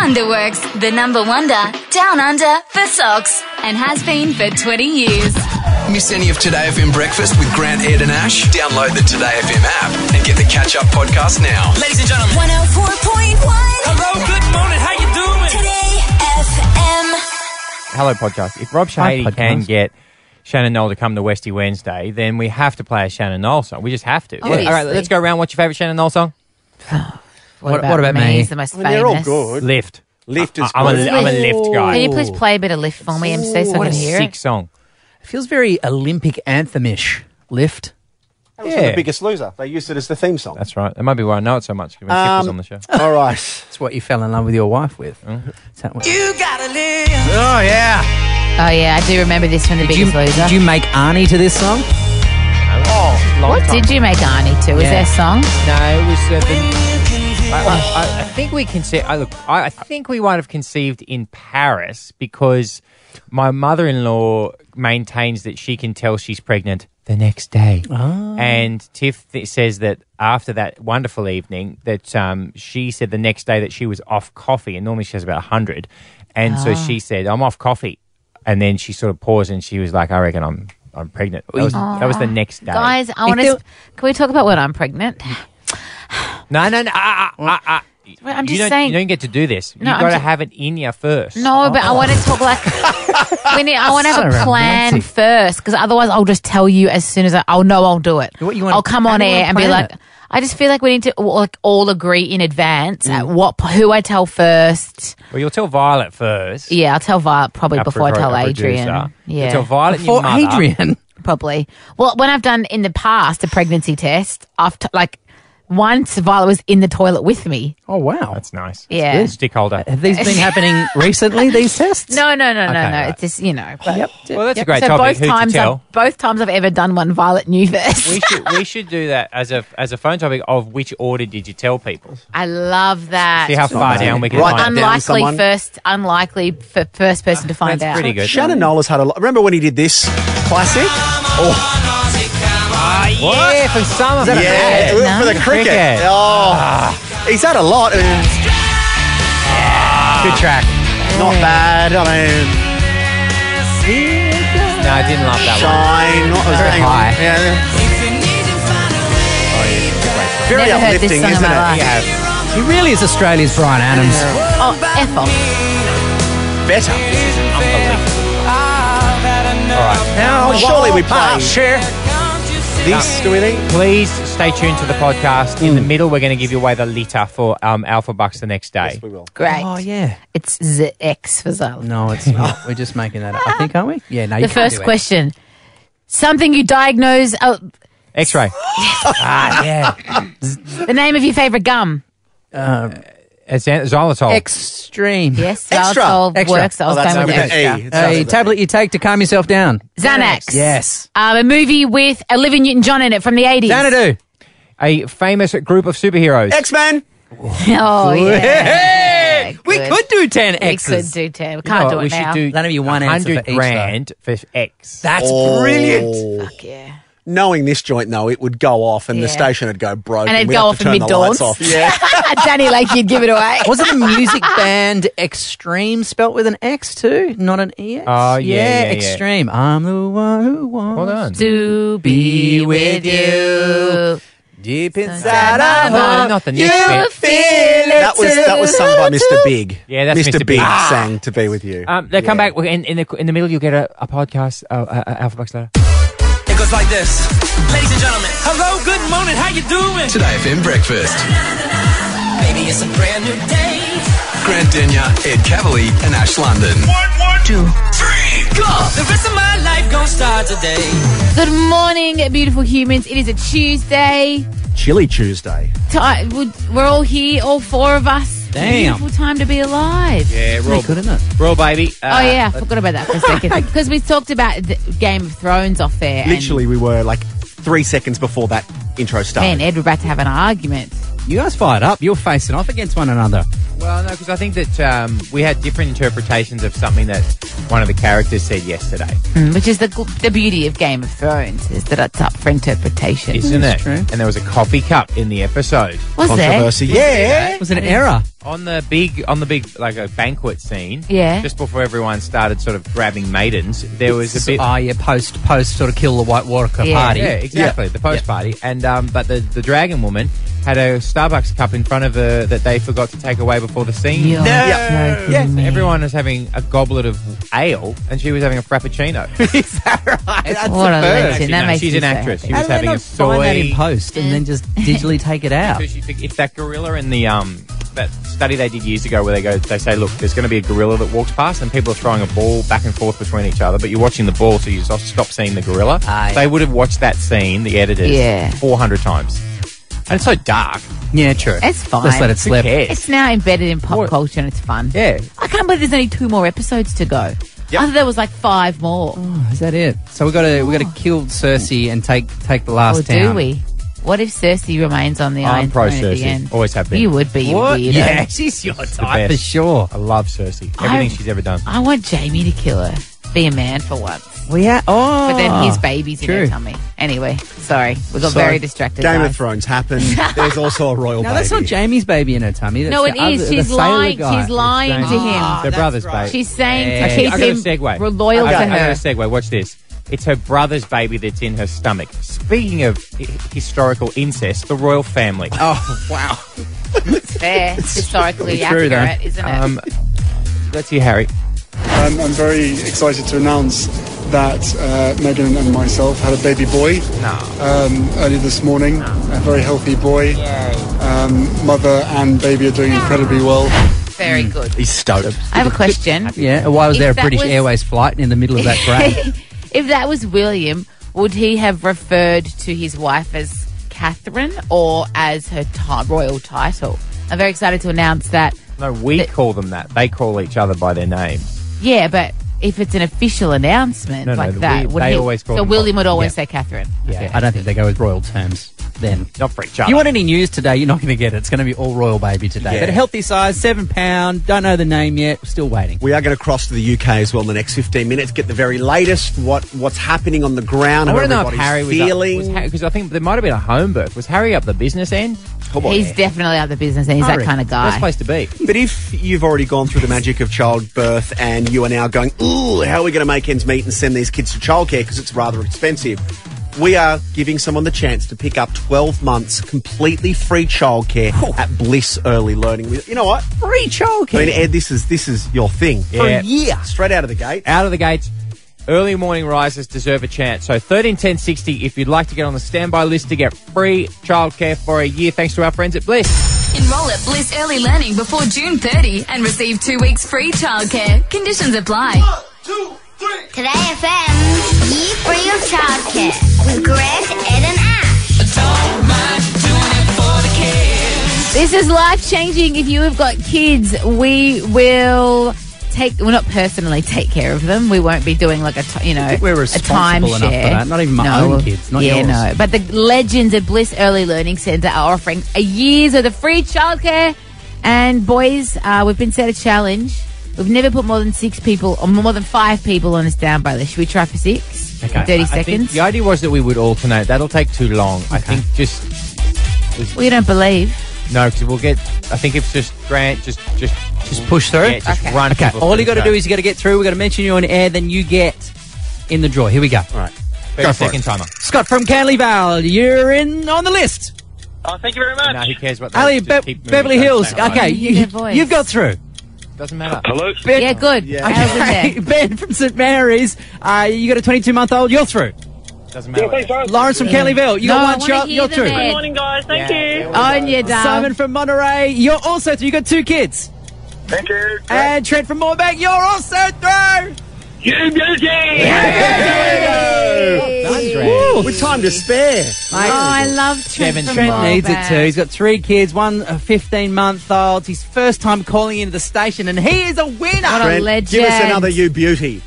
Underworks, the number wonder, down under for socks, and has been for 20 years. Miss any of Today FM breakfast with Grant, Ed, and Ash? Download the Today FM app and get the catch up podcast now. Ladies and gentlemen. 104.1 Hello, good morning. How you doing? Today FM. Hello podcast. If Rob Shady podcast. can get Shannon Knoll to come to Westy Wednesday, then we have to play a Shannon Knoll song. We just have to. Obviously. All right, let's go around. What's your favourite Shannon Knoll song? What, about me? He's the most famous. They're all good. Lift. Lift is I'm a, good. I'm a lift Can guy. you please play a bit of Lift for me, MC, so I What can a hear sick it? song. It feels very Olympic anthem-ish. Lift. That was from Yeah. The Biggest Loser. They used it as the theme song. That's right. That might be why I know it so much. 'cause When Chip was Um, on the show. All right. It's what you fell in love with your wife with. It's that one. You gotta live. Oh yeah. Oh yeah, I do remember this from The Did you, Biggest Loser. did you make Arnie to this song? Oh, what did you make Arnie to? Was Yeah. there a song? No, it was. Uh, the, I, I- I- I think we conce- I look. I, I think we might have conceived in Paris because my mother-in-law maintains that she can tell she's pregnant the next day, Oh. and Tiff th- says that after that wonderful evening, that um, she said the next day that she was off coffee, and normally she has about hundred, and so Ah. she said, "I'm off coffee," and then she sort of paused and she was like, "I reckon I'm." I'm pregnant. That was, that was the next day. Ah. Guys, I want there- to. Can we talk about when I'm pregnant? No, no, no. Ah, ah, ah, ah. Well, I'm you just don't, saying- You don't get to do this. No, You've I'm got to just- have it in you first. No, but I want to talk like we need, I want to have So a plan romantic. first because otherwise I'll just tell you as soon as I, I'll know I'll do it. What you wanna- I'll come how on do you air wanna and be plan like, it? I just feel like we need to all- like all agree in advance at Mm. what who I tell first. Well, you'll tell Violet first. Yeah, I'll tell Violet probably Our before I pro- tell our Adrian. producer. You'll tell Yeah, Violet and your For mother. Adrian. probably. Well, when I've done in the past a pregnancy test, I've t- like once Violet was in the toilet with me. Oh wow. That's nice. Yeah. That's good. Stick holder. Have these been happening recently? These tests? No, no, no, no, no. right. It's just you know. But, Yep. Well, that's a Yep. great so topic. Both Who times, to tell? I've, both times I've ever done one, Violet knew this. We should we should do that as a as a phone topic of which order did you tell people? I love that. See how far bad. down we can Right. find. it. down unlikely someone. first, unlikely for first person to find That's out. pretty good. Shannon Knoll has had a lot. Remember when he did this classic? Oh, What? Yeah, from summer. Yeah, for the cricket. Cricket. Oh, he's had a lot. and Good track. Not bad. I mean, No, I didn't love that one. shine. Not as Very hang on. high. Yeah, very Never heard this uplifting, song in isn't my it? life. Yeah. He really is Australia's Brian Adams. Oh, F off. Better. All right. Now, surely Oh, we play Sure. this, do we think? Please stay tuned to the podcast. In the middle, we're going to give you away the litter for um, Alpha Bucks the next day. We will. Great. Oh yeah. It's ZX for Zala. No, it's not. We're just making that up. I think, aren't we? Yeah. No. the you can't first do it. question. Something you diagnose. Oh, X-ray. Oh, ah, yeah. the name of your favorite gum. Uh, It's an- xylitol. Extreme. Yes, Extra. Xylitol Extra. works. I Oh, was that's going with over the extra. E. It's A over the- tablet you take to calm yourself down. Xanax. Yes. Um, a movie with Olivia Newton-John in it from the 80s. Xanadu. a famous group of superheroes. X-Men. Oh, yeah. Hey, we good. could do 10 We could X's. do two. We You know can't what? do it we now. should do That'll be one answer for 100 each, grand for X. That's brilliant. Oh. Fuck yeah. Knowing this joint, though, it would go off and the Yeah. station would go broke. And it'd we'd go have off to in turn the mid-dawn. lights off. Yeah. Danny Lake, you'd give it away. Was it the music band Extreme spelt with an X too, not an EX? Oh, yeah, yeah, yeah. Extreme. I'm the one who wants Hold on. to be with you. deep inside Sunshine. of No, Uh, not the next bit. That was that was sung by Mr. Big. Yeah, that's Mr. Mr. Big. Big sang "To Be With You." Um, they come back in, in, the, in the middle. You'll get a, a podcast, uh, uh, uh, Alpha Bucks letter. It goes like this. Ladies and gentlemen. Hello, good morning. How you doing? Today FM breakfast. Baby, it's a brand new day. Grant Denyer, Ed Cavalier, and Ash London. One, one, two, three, go. The rest of my life gonna start today. Good morning, beautiful humans. It is a Tuesday. Chilly Tuesday. Ti- would- We're all here, all four of us. Damn. Beautiful time to be alive. Yeah, Pretty good, isn't it? Roll, baby. Uh, oh, yeah, I forgot about that for a second. Because we talked about the Game of Thrones off there. and- Literally, we were like three seconds before that intro started. Man, Ed, we're about to have an argument. You guys fired up. You're facing off against one another. Well, no, because I think that um, we had different interpretations of something that one of the characters said yesterday, Hmm? Mm, Which is the gl- the beauty of Game of Thrones is that it's up for interpretation. isn't it? And there was a coffee cup in the episode Was there? Controversy. Yeah. was an error. on the big on the big like a banquet scene. Yeah. Just before everyone started sort of grabbing maidens, there was a bit. Ah, yeah, post post sort of kill the White Walker Yeah. party. Yeah, exactly. The post party, and um, but the the dragon woman had a Starbucks cup in front of her that they forgot to take away before the scene. You're Yeah. joking Yes, me. everyone was having a goblet of ale, and she was having a frappuccino. Is that right? That's What a first. legend. Actually, That no, makes she's me an so actress. happy. She was having a soy. find that in post and then just digitally take it out? So she fig- It's that gorilla in the um that study they did years ago where they go they say look there's going to be a gorilla that walks past and people are throwing a ball back and forth between each other but you're watching the ball so you just stop seeing the gorilla. Ah, yeah. They would have watched that scene the editors Yeah. 400 times. And it's so dark. Yeah, true. It's fine. Let's let it Who slip. cares? It's now embedded in pop What? culture and it's fun. Yeah. I can't believe there's only two more episodes to go. I thought there was like five more. Oh, Is that it? So we got to we got to kill Cersei and take take the last or do town. we? What if Cersei remains on the I'm Iron pro Throne at the Cersei. end? Always have been. You would be, you What? weirdo. Yeah, she's your type for best. sure. I love Cersei. Everything she's ever done. I want Jamie to kill her. Be a man for once. We ha- oh, But then his baby's in true. her tummy. Anyway, sorry. We got So, very distracted. Game guys. of Thrones happened. There's also a royal No, that's not baby. Jamie's baby in her tummy. That's No, it the is. other- the She's sailor lying. guy. She's lying to him. They're brothers, babe. She's saying Yeah. to Okay, keep I got a him segue. loyal I, to got- I her. got a segue. Watch this. It's her brother's baby that's in her stomach. Speaking of hi- historical incest, the royal family. Oh, wow. Fair, historically true, though. accurate, isn't it? Um, let's hear Harry. I'm, I'm very excited to announce that uh, Megan and myself had a baby boy um, early this morning. A very healthy boy. Um, mother and baby are doing incredibly well. very good. He's stoked. I have a question. Mm. Yeah, why was If there a that British was- Airways flight in the middle of that break? if that was William, would he have referred to his wife as Catherine or as her ti- royal title? I'm very excited to announce that. No, we call them that. They call each other by their names. Yeah, but if it's an official announcement No, no, like we- that, would they he, always call so them- William would always Yeah. say Catherine. Yeah. I don't think they go with royal terms then. Not for each other. You want any news today? You're not going to get it. It's going to be all royal baby today. Yeah. But a healthy size, seven pound. Don't know the name yet. Still waiting. We are going to cross to the UK as well in the next 15 minutes, get the very latest, what what's happening on the ground, I how want to know if everybody's Harry was feeling. Because I think there might have been a home birth. Was Harry up the business end? Oh, Come on. He's definitely out of the business and he's that kind of Best guy. place to be. But if you've already gone through the magic of childbirth and you are now going, ooh, how are we going to make ends meet and send these kids to childcare because it's rather expensive? We are giving someone the chance to pick up 12 months completely free childcare at Bliss Early Learning. You know what? Free I mean, childcare. Ed, this is this is your thing for Yeah. a year, straight out of the gate. out of the gates. Early morning risers deserve a chance. So 13 10 60 if you'd like to get on the standby list to get free childcare for a year thanks to our friends at Bliss. Enroll at Bliss Early Learning before June 30 and receive two weeks free childcare. Conditions apply. Today FM, year free of childcare with Grant, Ed, and Ash. This is life changing. If you have got kids, we will take. Well, not personally take care of them. We won't be doing like a ti- you know think we're a responsible timeshare. enough for that. Not even my own kids, not yeah, yours. no. But the legends at Bliss Early Learning Centre are offering a year's of the free childcare. And boys, uh, we've been set a challenge. We've never put more than six people or more than five people on a standby list. Should we try for six? Thirty I think seconds. the idea was that we would alternate. That'll take too long. I think just We don't believe. no because we'll get. I think it's just Grant just just Just push through. yeah, just Okay. run. Okay, people all through you got to the do show. is you got to get through. We're going to mention you on air, then you get in the draw. Here we go. All right. 30 Go for second it. timer. Scott from Canley Vale, you're in on the list. Oh, thank you very much. No, who cares what? Ali, just Be- keep moving, Beverly don't Hills. say hello. Okay, You you, need a voice. you've got through. doesn't matter. Hello. Ben, Yeah, good. Yeah. How's it okay, there? ben from St Mary's. Uh, you got a 22 month old. You're through. Doesn't matter. what- Lawrence from Canley Vale. You No, I got one wanna shot. hear You're the through. man. morning, guys. Thank Yeah, you. there we On go. your darling. Simon from Monterey. You're also through. You got two kids. Thank you. And Trent from Moorbank. You're also through. You beauty. Done, Grant. With time to spare. Oh, I love Trent. Seven from Trent Moorbank. Needs it too. He's got three kids, one a 15 month old. His first time calling into the station, and he is a winner. a Brent, Give us legend. another you beauty.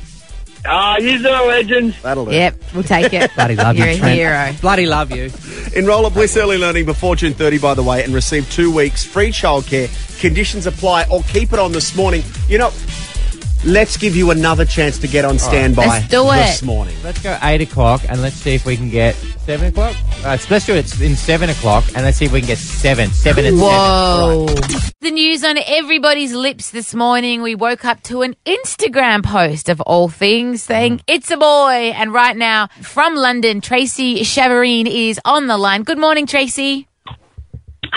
Ah, you're a legend. That'll do. Yep, we'll take it. Bloody love You're you, a Trent. hero. Bloody love you. Enroll at Bliss Early Learning before June 30, by the way, and receive two weeks free childcare. Conditions apply or keep it on this morning. You know, let's give you another chance to get on standby Let's do it. this morning. Let's go eight o'clock and let's see if we can get seven o'clock. Uh, let's do it in seven o'clock and let's see if we can get seven. Seven and Whoa. seven. Right. The news on everybody's lips this morning. We woke up to an Instagram post of all things saying, It's a boy. And right now, from London, Tracy Chavarine is on the line. Good morning, Tracy.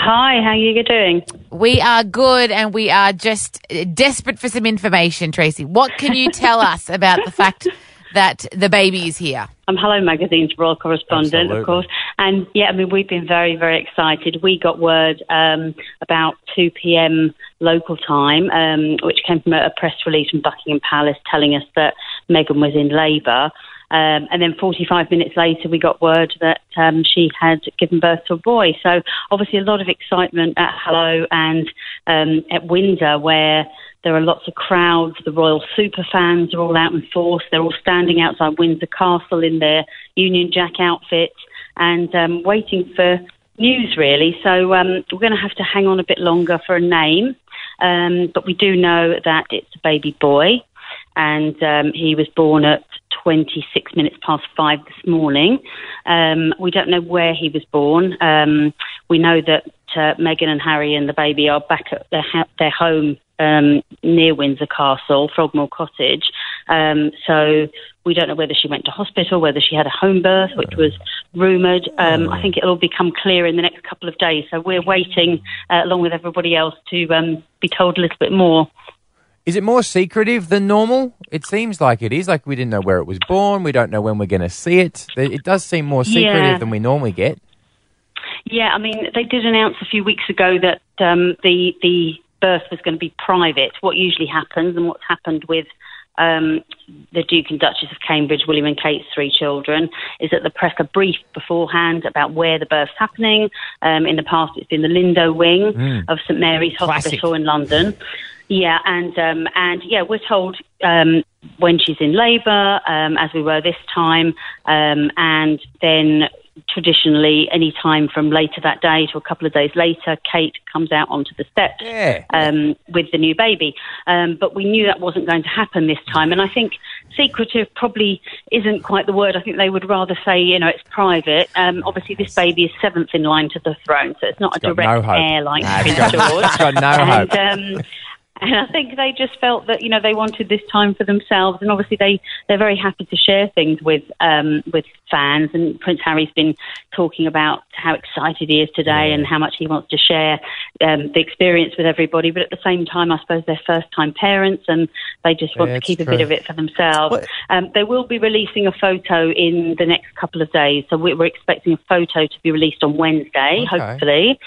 Hi, how are you doing? We are good and we are just uh, desperate for some information, Tracy. What can you tell us about the fact that the baby is here? I'm Um, Hello Magazine's royal correspondent, Absolutely. of course. And yeah, I mean, we've been very, very excited. We got word um, about 2 p.m. local time, um, which came from a, a press release from Buckingham Palace telling us that Meghan was in labour. Um, and then 45 minutes later, we got word that um, she had given birth to a boy. So obviously, a lot of excitement at Hello and um, at Windsor, where there are lots of crowds. The royal super fans are all out in force. They're all standing outside Windsor Castle in their Union Jack outfits and um, waiting for news, really. So um, we're going to have to hang on a bit longer for a name, um, but we do know that it's a baby boy, and um, he was born at 26 minutes past five this morning. Um, we don't know where he was born. Um, we know that uh, Meghan and Harry and the baby are back at their, ha- their home um, near Windsor Castle, Frogmore Cottage. Um, so we don't know whether she went to hospital, whether she had a home birth, which was rumoured. Um, I think it'll all become clear in the next couple of days. So we're waiting, uh, along with everybody else, to um, be told a little bit more. Is it more secretive than normal? It seems like it is. Like we didn't know where it was born. We don't know when we're going to see it. Th- It does seem more secretive Yeah. than we normally get. Yeah, I mean, they did announce a few weeks ago that um, the the birth was going to be private. What usually happens, and what's happened with um, the Duke and Duchess of Cambridge, William and Kate's three children, is that the press are briefed beforehand about where the birth's happening. Um, in the past, it's been the Lindo wing Mm. of St Mary's Classic. Hospital in London. Yeah, and um, and yeah, we're told um, when she's in labour, um, as we were this time, um, and then traditionally any time from later that day to a couple of days later, Kate comes out onto the steps Yeah. um, with the new baby. Um, but we knew that wasn't going to happen this time, and I think secretive probably isn't quite the word. I think they would rather say, you know, it's private. Um, obviously, this baby is seventh in line to the throne, so it's not It's a got no direct hope. heir like Nah, it's Prince got- George. it's got no and, hope. Um, and I think they just felt that you know they wanted this time for themselves, and obviously they they're very happy to share things with um, with fans. And Prince Harry's been talking about how excited he is today and how much he wants to share um, the experience with everybody. But at the same time, I suppose they're first time parents, and they just want Yeah, to it's keep a true. bit of it for themselves. Um, they will be releasing a photo in the next couple of days, so we- we're expecting a photo to be released on Okay. Wednesday, hopefully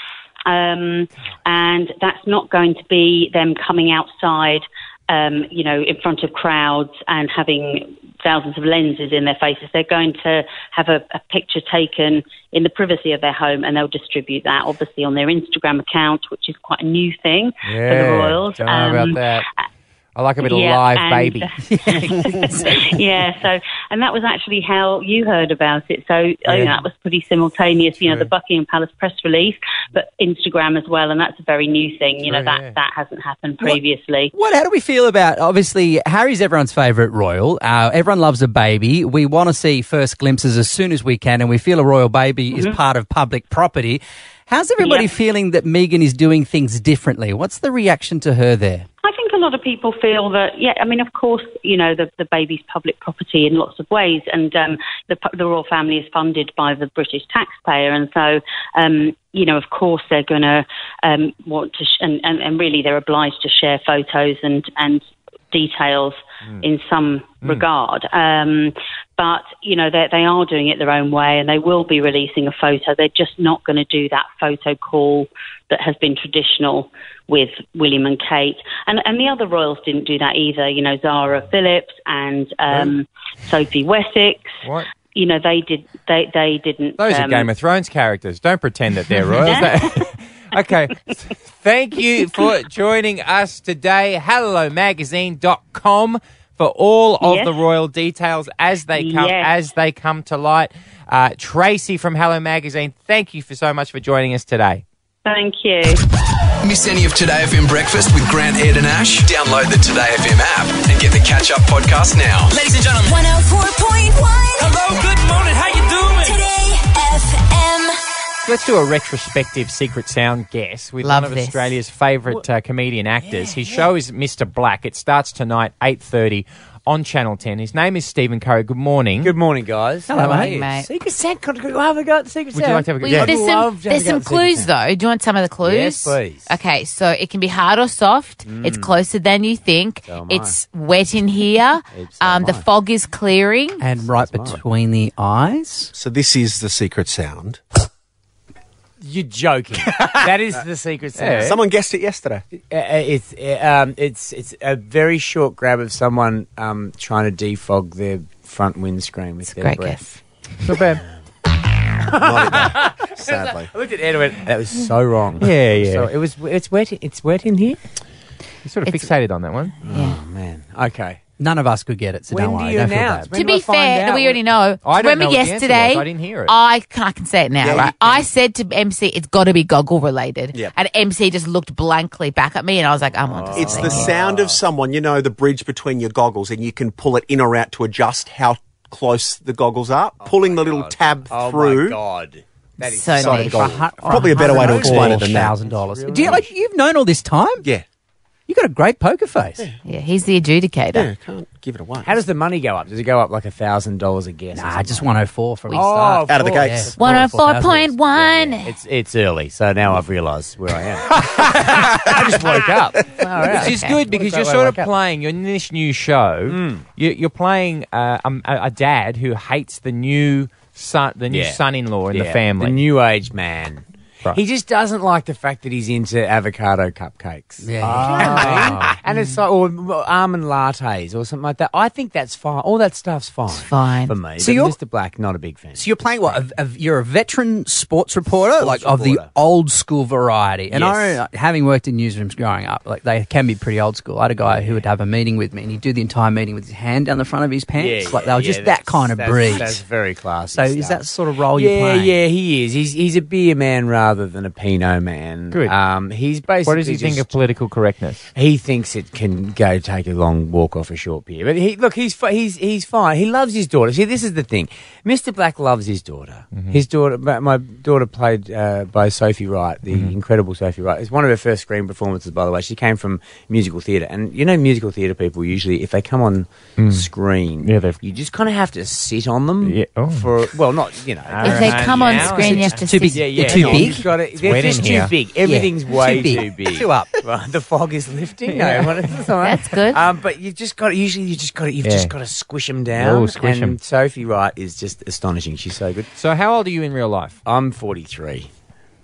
um, and that's not going to be them coming outside, um, you know, in front of crowds and having thousands of lenses in their faces. They're going to have a, a picture taken in the privacy of their home, and they'll distribute that obviously on their Instagram account, which is quite a new thing for the Royals. Don't know Um, about that. I like a bit of yeah, live and- uh, baby. yeah, so and that was actually how you heard about it. So I Yeah. mean, that was pretty simultaneous. You know, the Buckingham Palace press release, but Instagram as well, and that's a very new thing. You know, that that hasn't happened previously. What? How do we feel about? Obviously, Harry's everyone's favourite royal. Uh, everyone loves a baby. We want to see first glimpses as soon as we can, and we feel a royal baby is part of public property. How's everybody feeling that Megan is doing things differently? What's the reaction to her there? I think a lot of people feel that, yeah, I mean, of course, you know, the, the baby's public property in lots of ways, and um, the, pu- the royal family is funded by the British taxpayer, and so, um, you know, of course, they're going to um, want to, sh- and, and, and really, they're obliged to share photos and and details Mm. in some regard. Um, but you know, they they are doing it their own way, and they will be releasing a photo. They're just not going to do that photo call that has been traditional with William and Kate, and and the other royals didn't do that either. You know, Zara Phillips and um, Sophie Wessex. What? You know, they did they they didn't. Those are um, Game of Thrones characters. Don't pretend that they're royals. They- okay. Thank you for joining us today. HelloMagazine.com for all of Yes. the royal details as they come Yes. as they come to light. Uh, Tracy from Hello Magazine, thank you for so much for joining us today. Thank you. Miss any of Today FM breakfast with Grant, Ed, and Ash? Download the Today FM app and get the catch up podcast now. Ladies and gentlemen. 104.1. Hello, good morning. How you doing? Today FM. Let's do a retrospective secret sound guess with Love one of this. Australia's favourite uh, comedian actors. His show is Mr. Black. It starts tonight, eight thirty, on Channel Ten. His name is Stephen Curry. Good morning. Good morning, guys. Hello, Hello, mate. mate. Secret Santa, could we have a go at the Secret Would you like to have a go? Well, Yeah. There's I'd some, love to have there's a go some at the secret clues, though. Do you want some of the clues? Yes, please. Okay, so it can be hard or soft. It's closer than you think. So am I. it's wet in here. um, the fog is clearing. And right between the eyes. So this is the secret sound. You're joking. that is the secret sound. Someone guessed it yesterday. Uh, uh, it's uh, um, it's it's a very short grab of someone um, trying to defog their front windscreen with their great breath. Not bad. Sadly, I looked at Ed and went, "That was so wrong." Yeah, yeah. So it was. It's wet. It's wet in here. You sort of fixated on that one. Oh man. Okay. None of us could get it, so When don't do worry. you don't feel announce? bad. When to do I be find fair, out? we already know. I don't Remember know what the answer yesterday? was. I didn't hear it. I can, I can say it now, Yeah, you right? I said to MC, it's got to be goggle related. Yep. And MC just looked blankly back at me, and I was like, I'm on Oh. it's the sound of someone. You know the bridge between your goggles, and you can pull it in or out to adjust how close the goggles are. Pulling the little tab Oh through. my god. That is So so Sorry, niche. goggles. For a hu- Probably a better way to explain it than that. thousand dollars. Do you, like, you've known all this time. Yeah. You got a great poker face. Yeah, he's the adjudicator. Yeah, can't give it away. How does the money go up? Does it go up like a thousand dollars a guess? or Nah, something? just 104 from the Oh, start. oh of Out of the course. gates. 104.1. It's it's early, so now I've realised where I am. I just woke up. Which is good because you're sort of playing your this new show. You, you're playing uh, um, a, a dad who hates the new son, the new Yeah. son-in-law in the Yeah, family. the new age man. He just doesn't like the fact that he's into avocado cupcakes. Yeah. Ah. and it's like, or almond lattes or something like that. I think that's fine. All that stuff's fine. Fine. For me. So So you're- Mr. Black, not a big fan. So you're playing what? A, a, you're a veteran sports reporter, like of the reporter. old school variety. And I Yes. remember, having worked in newsrooms growing up, like they can be pretty old school. I had a guy who would have a meeting with me, and he'd do the entire meeting with his hand down the front of his pants. like they were yeah, just that that's- kind of that's- breed. That's very classy. so is stuff. that sort of role yeah, you're playing? yeah, he is. He's he's a beer man rather than a Pinot man. Good. Um, he's basically. what does he think just- of political correctness? He thinks it can go take a long walk off a short pier. But he, look, he's fi- he's he's fine. He loves his daughter. See, this is the thing. Mr. Black loves his daughter. Mm-hmm. His daughter, my my daughter, played uh, by Sophie Wright, the Mm-hmm. incredible Sophie Wright. It's one of her first screen performances, by the way. She came from musical theatre, and you know, musical theatre people usually, if they come on screen, Mm. Yeah, they've- you just kind of have to sit on them Yeah, oh. for well, not you know. If they come on screen, you have to Too sit. big. Yeah, yeah. They're too no, big? you've gotta- they're wet in just here. too big. Everything's Yeah, way too big. Too up. Right, the fog is lifting. No, what is this? All right. That's good. Um, but you've just got. Usually, you just got. You've Yeah. just got to squish them down. Oh, squish and 'em. Sophie Wright is just astonishing. She's so good. So, how old are you in real life? I'm 43.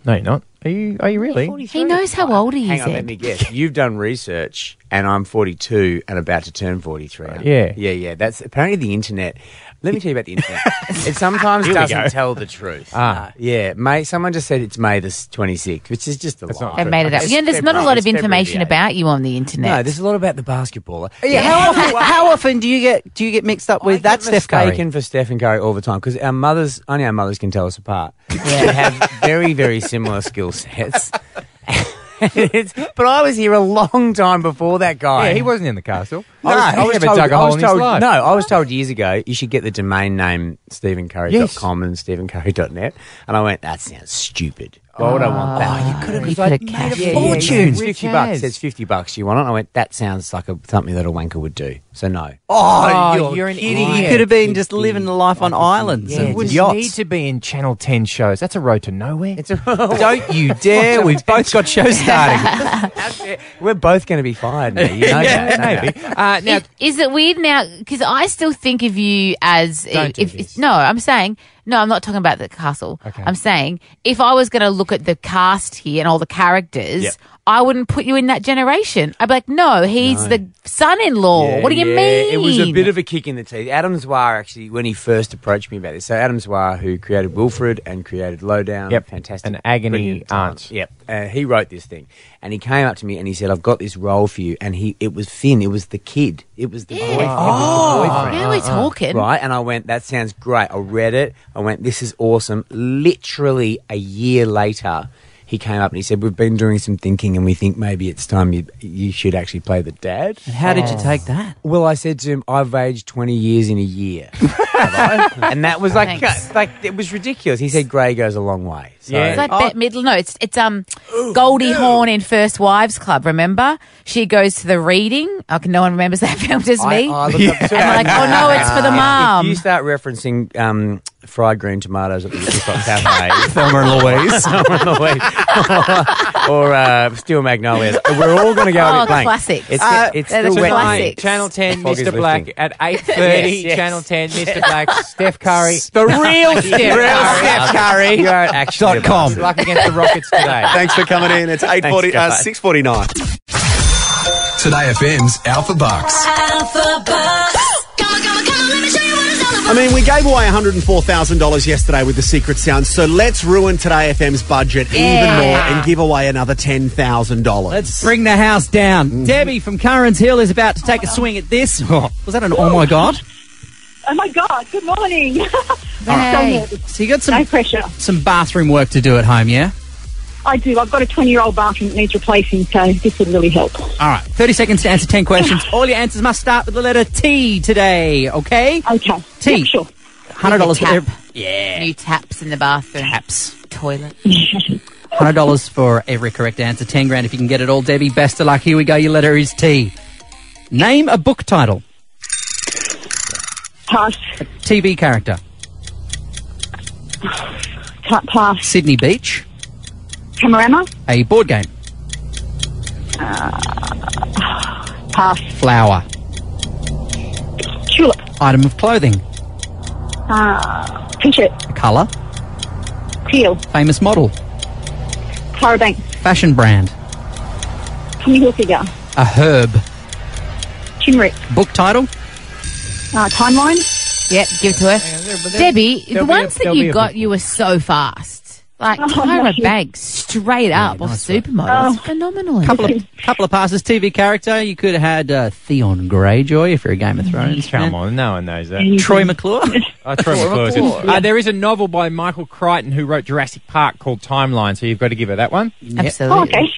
No, you're not. Are you? Are you really? He knows how old he Hang is. on, let Ed. me guess. You've done research, and I'm 42 and about to turn 43. Yeah. yeah, yeah. That's apparently the internet. Let me tell you about the internet. it sometimes Here we go. doesn't tell the truth. Ah. yeah. May someone just said it's May the 26th, which is just a That's lie. not They've made it up. It's You know, there's not a February. lot of It's February information the eighth. about you on the internet. No, there's a lot about the basketballer. Yeah, How, often, how often do you get do you get mixed up I with that get Steph Curry? mistaken for Stephen Curry all the time because our mothers, only our mothers can tell us apart. We have very, very similar skill sets. It's- but I was here a long time before that guy. Yeah, he wasn't in the castle. I was, he I was never told, dug a I hole was in told- his life. No, I was told years ago you should get the domain name stephencurry.com and stephencurry.net. And I went, that sounds stupid. Why would I want that? Ah. Oh, you could have- you could have cashed Yeah, it. yeah, yeah. Fortune. It's 50 bucks. Rich It's 50 bucks. You want it? And I went, that sounds like a, something that a wanker would do. So no. Oh, Oh, you're an idiot. You could have been just living the life on islands Yeah, and you yachts. need to be in Channel 10 shows. That's a road to nowhere. It's a, Don't you dare! We've both got shows starting. We're both going to be fired now. You know that, don't you? Maybe. Uh, now, Is, is it weird now? Because I still think of you as Don't do if, this. no, I'm saying no. I'm not talking about the castle. Okay. I'm saying if I was going to look at the cast here and all the characters, Yep. I wouldn't put you in that generation. I'd be like, no, he's No. the son-in-law. Yeah, what do you yeah. mean? It was a bit of a kick in the teeth. Adam Zwar, actually, when he first approached me about this. So, Adam Zwar, who created Wilfred and created Lowdown. Yep. Fantastic. An agony brilliant talent. aunt. Yep. Uh, he wrote this thing. And he came up to me and he said, I've got this role for you. And he, it was Finn. It was the kid. It was the boyfriend. It was the Oh, boyfriend. Uh-huh. really talking? Right. And I went, that sounds great. I read it. I went, this is awesome. Literally a year later. He came up and he said, "We've been doing some thinking, and we think maybe it's time you you should actually play the dad." How did Oh. you take that? Well, I said to him, I've aged 20 years in a year. and that was like, Thanks. like it was ridiculous. He said, Grey goes a long way. So, It's like Oh. Bette Midler. No, it's it's um Goldie Hawn in First Wives Club. Remember, she goes to the reading. Oh, no one remembers that film, just me. and I'm like, oh no, it's for the Uh, If you mom. start referencing um, fried green tomatoes at the Woodstock Cafe, Thelma and Louise. Thelma and Louise, or uh, Steel Magnolias, we're all going to go a Oh, bit blank. classics. It's, Uh, it's they're the still wet. classics. Channel 10, Fog is Mr. Black lifting. at 8.30. Yes, yes. Channel 10, Mr. Black, Steph Curry. The real Steph Curry. Curry. You're an action Dot device. com. Luck against the Rockets today. Thanks for coming in. It's eight forty, uh, guys. six forty-nine. Today FM's Alpha Bucks. Alpha Bucks. I mean, we gave away $104,000 yesterday with the secret sound, so let's ruin Today FM's budget even Yeah. more and give away another $10,000. Let's Mm. bring the house down. Debbie from Curran's Hill is about to take a swing at this. Oh, was that an oh my god? Oh my God! Good morning. Hey. So you got some no pressure. Some bathroom work to do at home, yeah? I do. I've got a twenty-year-old bathroom that needs replacing, so this would really help. All right. 30 seconds to answer 10 questions. All your answers must start with the letter T today, okay? Okay. T. sure. $100 for Tap. every. Yeah. New taps in the bathroom. Taps. Toilet. Hundred dollars for every correct answer. Ten grand if you can get it all, Debbie. Best of luck. Here we go. Your letter is T. Name a book title. Pass. A TV character. pass. Sydney Beach. Camarama. A board game. Uh, Pass. Flower. Tulip. Item of clothing. Uh, T-shirt. A colour. Teal. Famous model. Clara Banks. Fashion brand. Tommy Hilfiger. A herb. Turmeric. Book title. Uh, timeline. Yep. Give it to her. Debbie, the there'll be a- ones that there'll be you a got, you were so fast. Like Oh, Tyra lucky. Banks, straight up off supermodel. It's phenomenal. Oh. Couple of couple of passes. TV character. You could have had uh, Theon Greyjoy if you're a Game of Thrones fan. Come on, no one knows that. Troy McClure. Uh, Troy McClure's in. Uh, there is a novel by Michael Crichton who wrote Jurassic Park called Timeline, so you've got to give her that one. Absolutely.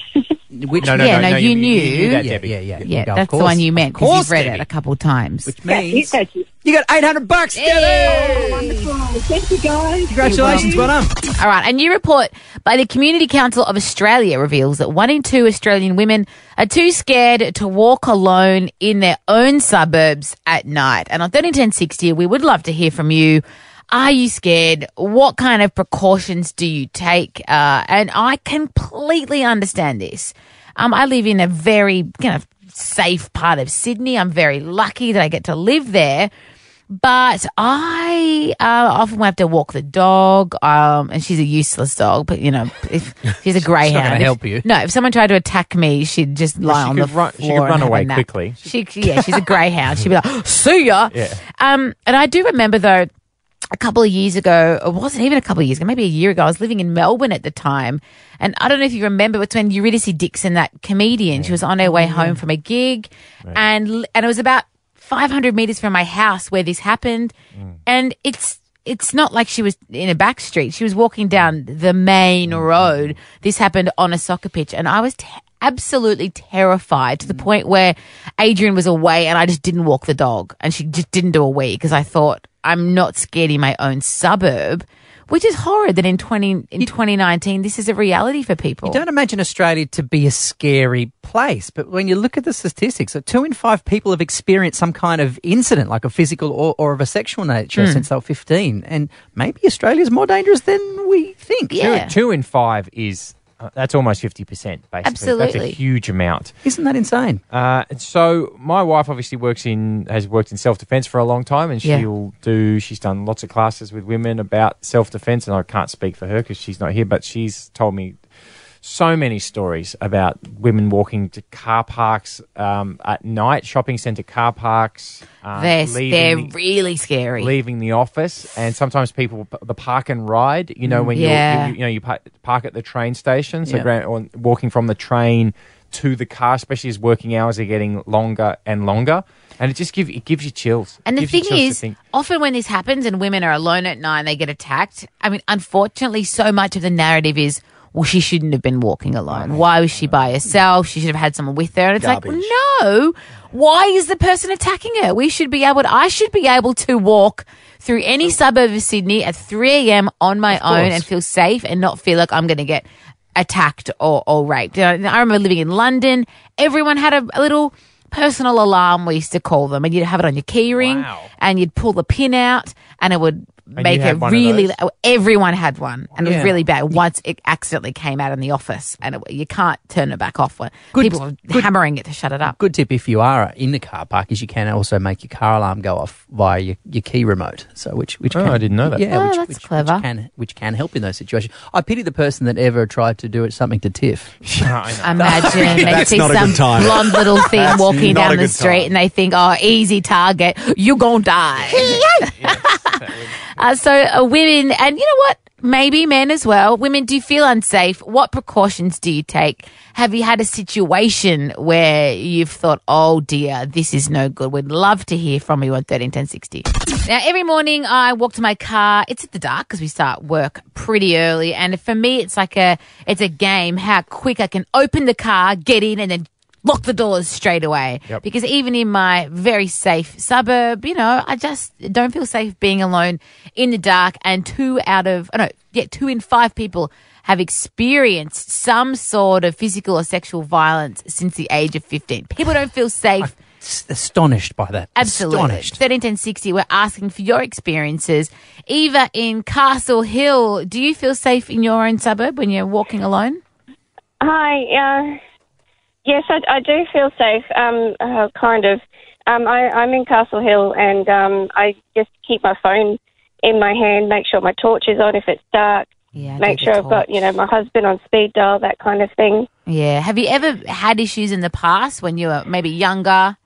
Which No, no, yeah, no, no, no, you, you- knew. you knew that, yeah, Debbie. Yeah, yeah, yeah, Of that's the course. one you meant Of because course, you've read Debbie. it a couple times. Which Thank you. means Thank you. you got 800 bucks, Debbie. Wonderful. Thank you, guys. Congratulations, well done. All right, a new report by the Community Council of Australia reveals that one in two Australian women are too scared to walk alone in their own suburbs at night. And on 131060, we would love to hear from you. Are you scared? What kind of precautions do you take? Uh, and I completely understand this. Um, I live in a very kind of safe part of Sydney. I'm very lucky that I get to live there. But I uh, often have to walk the dog, um, and she's a useless dog. But you know, if she's a greyhound, gonna If- help you. No, if someone tried to attack me, she'd just lie she on could the run- she floor. could and run have a away nap. quickly. She, yeah, she's a greyhound. She'd be like, "See ya." Yeah. Um, and I do remember though, a couple of years ago, it wasn't even a couple of years ago, maybe a year ago, I was living in Melbourne at the time, and I don't know if you remember, it's when Eurydice Dixon, that comedian, she was on her way home from a gig, and l- and it was about 500 meters from my house where this happened, and it's. It's not like she was in a back street. She was walking down the main road. This happened on a soccer pitch, and I was te- absolutely terrified to the point where Adrian was away and I just didn't walk the dog and she just didn't do a wee because I thought I'm not scared in my own suburb, which is horrid that in 20 in 2019 this is a reality for people. You don't imagine Australia to be a scary place, but when you look at the statistics, uh, two in five people have experienced some kind of incident, like a physical or, or of a sexual nature, Hmm. since they were 15. And maybe Australia's more dangerous than we think. Two- Two, in five is uh, that's almost fifty percent. Basically, that's a Absolutely. huge amount. Isn't that insane? Uh, and so my wife obviously works in has worked in self defence for a long time, and Yeah. she'll do. She's done lots of classes with women about self defence, and I can't speak for her because she's not here, but she's told me so many stories about women walking to car parks um, at night, shopping centre car parks. Um, they're leaving they're the- really scary. Leaving the office, and sometimes people p- the park and ride. You know Mm. when Yeah. you you, you know you pa- park at the train station, so Yeah. grand, or walking from the train to the car, especially as working hours are getting longer and longer, and it just give it gives you chills. And the Gives you thing chills to is, think- often when this happens and women are alone at night and they get attacked, I mean, unfortunately, so much of the narrative is, well, she shouldn't have been walking alone. Why was she by herself? She should have had someone with her. And it's like, Garbage. no. Why is the person attacking her? We should be able to, I should be able to walk through any suburb of Sydney at 3 a.m. on my course. own and feel safe and not feel like I'm going to get attacked or, or raped. And I remember living in London, everyone had a, a little personal alarm we used to call them and you'd have it on your keyring and you'd pull the pin out and it would you make had it one of really those? oh, everyone had one and it Yeah. was really bad once it accidentally came out in the office and it, you can't turn it back off when Good- people were hammering it to shut it up Good tip if you are in the car park is you can also make your car alarm go off via your, your key remote. So which which Oh, can, I didn't know that. Yeah, Oh, which, that's which, clever. Which can, which can help in those situations. I pity the person that ever tried to do it something to Tiff. Imagine they That's see not a some good time. blonde little thing That's walking not down a the good street time. and they think, oh, easy target, you gonna die. uh, so, uh, women, and you know what? Maybe men as well. Women, do you feel unsafe? What precautions do you take? Have you had a situation where you've thought, oh dear, this is no good? We'd love to hear from you on 13 10 60. Now, every morning I walk to my car. It's at the dark because we start work pretty early. And for me, it's like a, it's a game how quick I can open the car, get in and then lock the doors straight away. Yep. Because even in my very safe suburb, you know, I just don't feel safe being alone in the dark. And two out of, oh no, yeah, two in five people have experienced some sort of physical or sexual violence since the age of 15. People don't feel safe. S- astonished by that. Absolutely. Astonished. 131060, we're asking for your experiences. Eva in Castle Hill, do you feel safe in your own suburb when you're walking alone? Hi. Uh, yes, I, I do feel safe. Um, uh, kind of. Um, I, I'm in Castle Hill, and um, I just keep my phone in my hand, make sure my torch is on if it's dark. Yeah, make the sure I've got you know my husband on speed dial, that kind of thing. Yeah. Have you ever had issues in the past when you were maybe younger?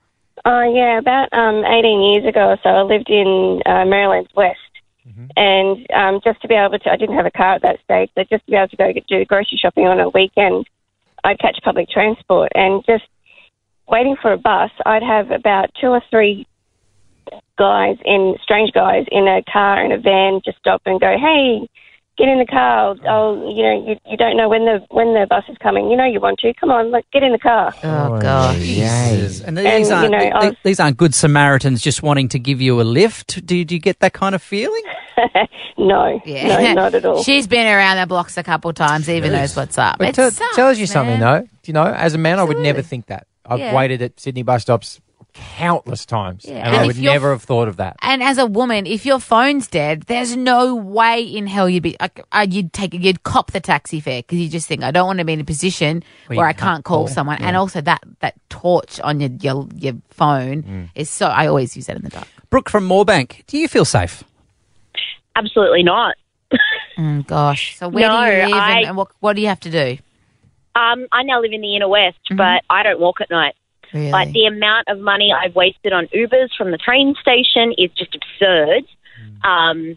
Uh, yeah, about um, 18 years ago or so, I lived in uh, Maryland's West. And um, just to be able to, I didn't have a car at that stage, so just to be able to go get, do grocery shopping on a weekend, I'd catch public transport. And just waiting for a bus, I'd have about two or three guys in, strange guys, in a car, in a van, just stop and go, hey, get in the car. I'll, I'll, you know, you, you don't know when the when the bus is coming. You know you want to. Come on, like, get in the car. Uh. Oh, gosh. Jesus. And these And, you aren't know, th- I th- was- these aren't good Samaritans just wanting to give you a lift. Do, do you get that kind of feeling? no, no, not at all. She's been around the blocks a couple times, even knows what's up. But It tell, sucks, tells you something, man. though. Do you know, as a man, I would never think that. I've Yeah. waited at Sydney bus stops countless times, Yeah. and, And I if would you're- never have thought of that. And as a woman, if your phone's dead, there's no way in hell you'd be. Like, uh, you'd take, you'd cop the taxi fare because you just think, I don't want to be in a position Where where, you I can't can't call. call, someone. Yeah. And also that that torch on your your, your phone Mm. is so. I always use that in the dark. Brooke from Moorbank, do you feel safe? Absolutely not. Mm, gosh. So where No, do you live I- and, and what what do you have to do? Um, I now live in the inner west, but I don't walk at night. Really? But the amount of money I've wasted on Ubers from the train station is just absurd. Um,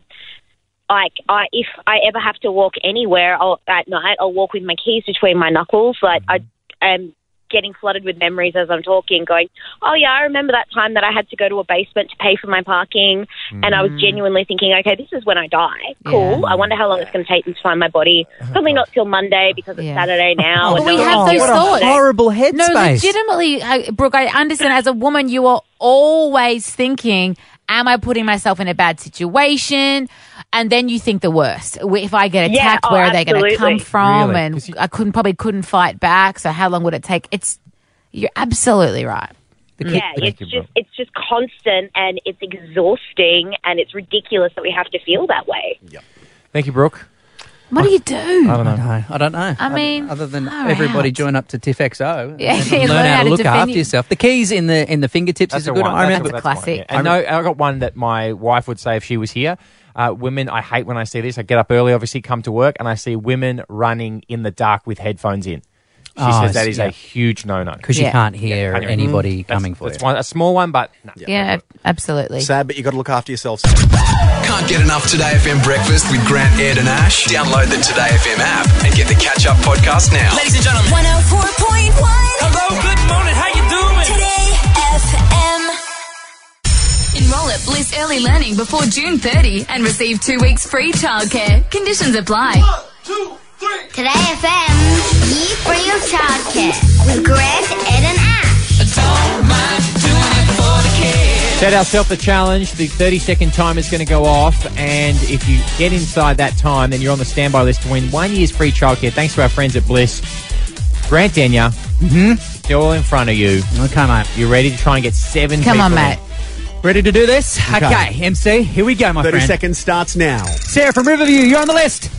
like, I, if I ever have to walk anywhere I'll, at night, I'll walk with my keys between my knuckles. Like, I am getting flooded with memories as I'm talking, going, oh, yeah, I remember that time that I had to go to a basement to pay for my parking. And I was Mm. genuinely thinking, okay, this is when I die. Cool. I wonder how long it's going to take me to find my body. Probably not till Monday because it's Saturday now. But and we no have one's those here on thoughts. Monday. No, legitimately, I, Brooke, I understand. As a woman, you are always thinking, "Am I putting myself in a bad situation?" And then you think the worst. If I get Yeah, attacked, oh, where are they going to come absolutely. from? Really? And I couldn't probably couldn't fight back. So how long would it take? It's you're absolutely right. yeah, it's just it's just constant and it's exhausting and it's ridiculous that we have to feel that way. Thank you, Brooke. What do you do? I don't know. I don't know. I Other- mean, other than far everybody join up to TIFXO, and Yeah, then you learn, how to look defend after your- yourself. The keys in the in the fingertips is a the good one. one. I That's remember the- that's the one, yeah. And no, I got one that my wife would say if she was here. uh, women. I hate when I see this. I get up early, obviously, come to work, and I see women running in the dark with headphones in. She Oh, says I that see. is Yeah. a huge no-no 'Cause you Yeah. can't hear can't anybody That's- coming for that's you. One, a small one, but no. Yeah, absolutely. Sad, but you got to look after yourself. Sam. Can't get enough Today FM breakfast with Grant, Ed, and Ash. Download the Today FM app and get the catch up podcast now. Ladies and gentlemen, 104.1. Hello, good morning, how you doing? Today FM. Enroll at Bliss Early Learning before June 30 and receive two weeks free childcare. Conditions apply. Today FM, year free of childcare with Grant, Ed, and Ash. Don't mind doing it for the kids. Set ourselves a challenge. The 30 second timer is going to go off. And if you get inside that time, then you're on the standby list to win one year's free childcare. Thanks to our friends at Bliss. Grant Denya, mm-hmm. they're all in front of you. Okay, mate. You're ready to try and get seven Come on, people in. mate. Ready to do this? Okay. Okay, MC, here we go, my 30 friend. seconds starts now. Sarah from Riverview, you're on the list.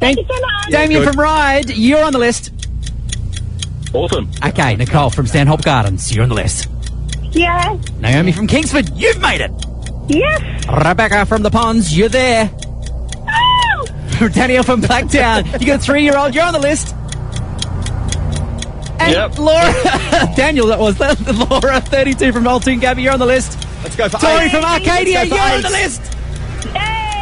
Thank you so much. Damien Good. from Ride, you're on the list. Awesome. Okay, Nicole from Stanhope Gardens, you're on the list. Yeah. Naomi from Kingsford, you've made it. Yes. Rebecca from the Ponds, you're there. Daniel from Blacktown, you got a three-year-old, you're on the list. And Laura, Daniel, that was Laura, 32 from Altoon Gabby, you're on the list. Let's go for Tori eight. from Arcadia, Let's go you're for on eight. the list.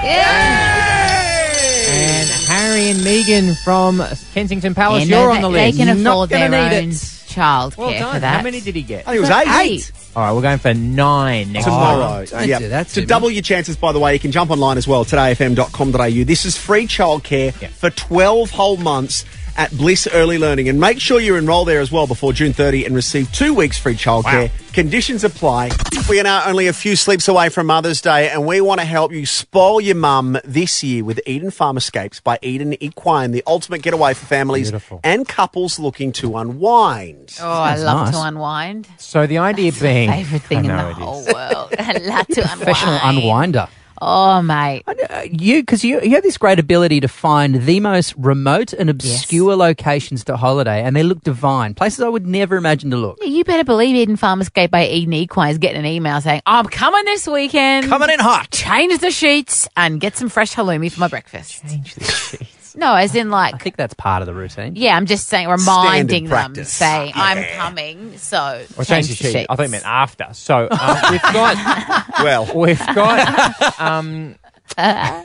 And Harry and Megan from Kensington Palace, Yeah, no, you're on the they- list. They can Not afford gonna their need own it. childcare Well done. for that. How many did he get? I think it Oh, was eight. All right, we're going for nine next Tomorrow. time. Yep. to double your chances, by the way, you can jump online as well, todayfm.com.au. This is free childcare for 12 whole months at Bliss Early Learning. And make sure you enroll there as well before June 30 and receive two weeks free childcare. Conditions apply. We are now only a few sleeps away from Mother's Day, and we want to help you spoil your mum this year with Eden Farm Escapes by Eden Equine, the ultimate getaway for families and couples looking to unwind. Oh, I love to unwind. So the idea being, Favorite thing in I know the it is. whole world. I love to unwind. Professional unwinder. uh, Oh, mate. you because you, you have this great ability to find the most remote and obscure locations to holiday and they look divine places i would never imagine to look You better believe Eden Farm Escape by Eden Equine is getting an email saying, I'm coming this weekend. Coming in hot. Change the sheets and get some fresh halloumi for my breakfast. Change the sheets. No, as in like, i think that's part of the routine yeah, I'm just saying, Standard reminding them, practice. saying, I'm coming. So, Or change the sheet. sheets. I thought you meant after. So um, we've got well, we've got um, Uh,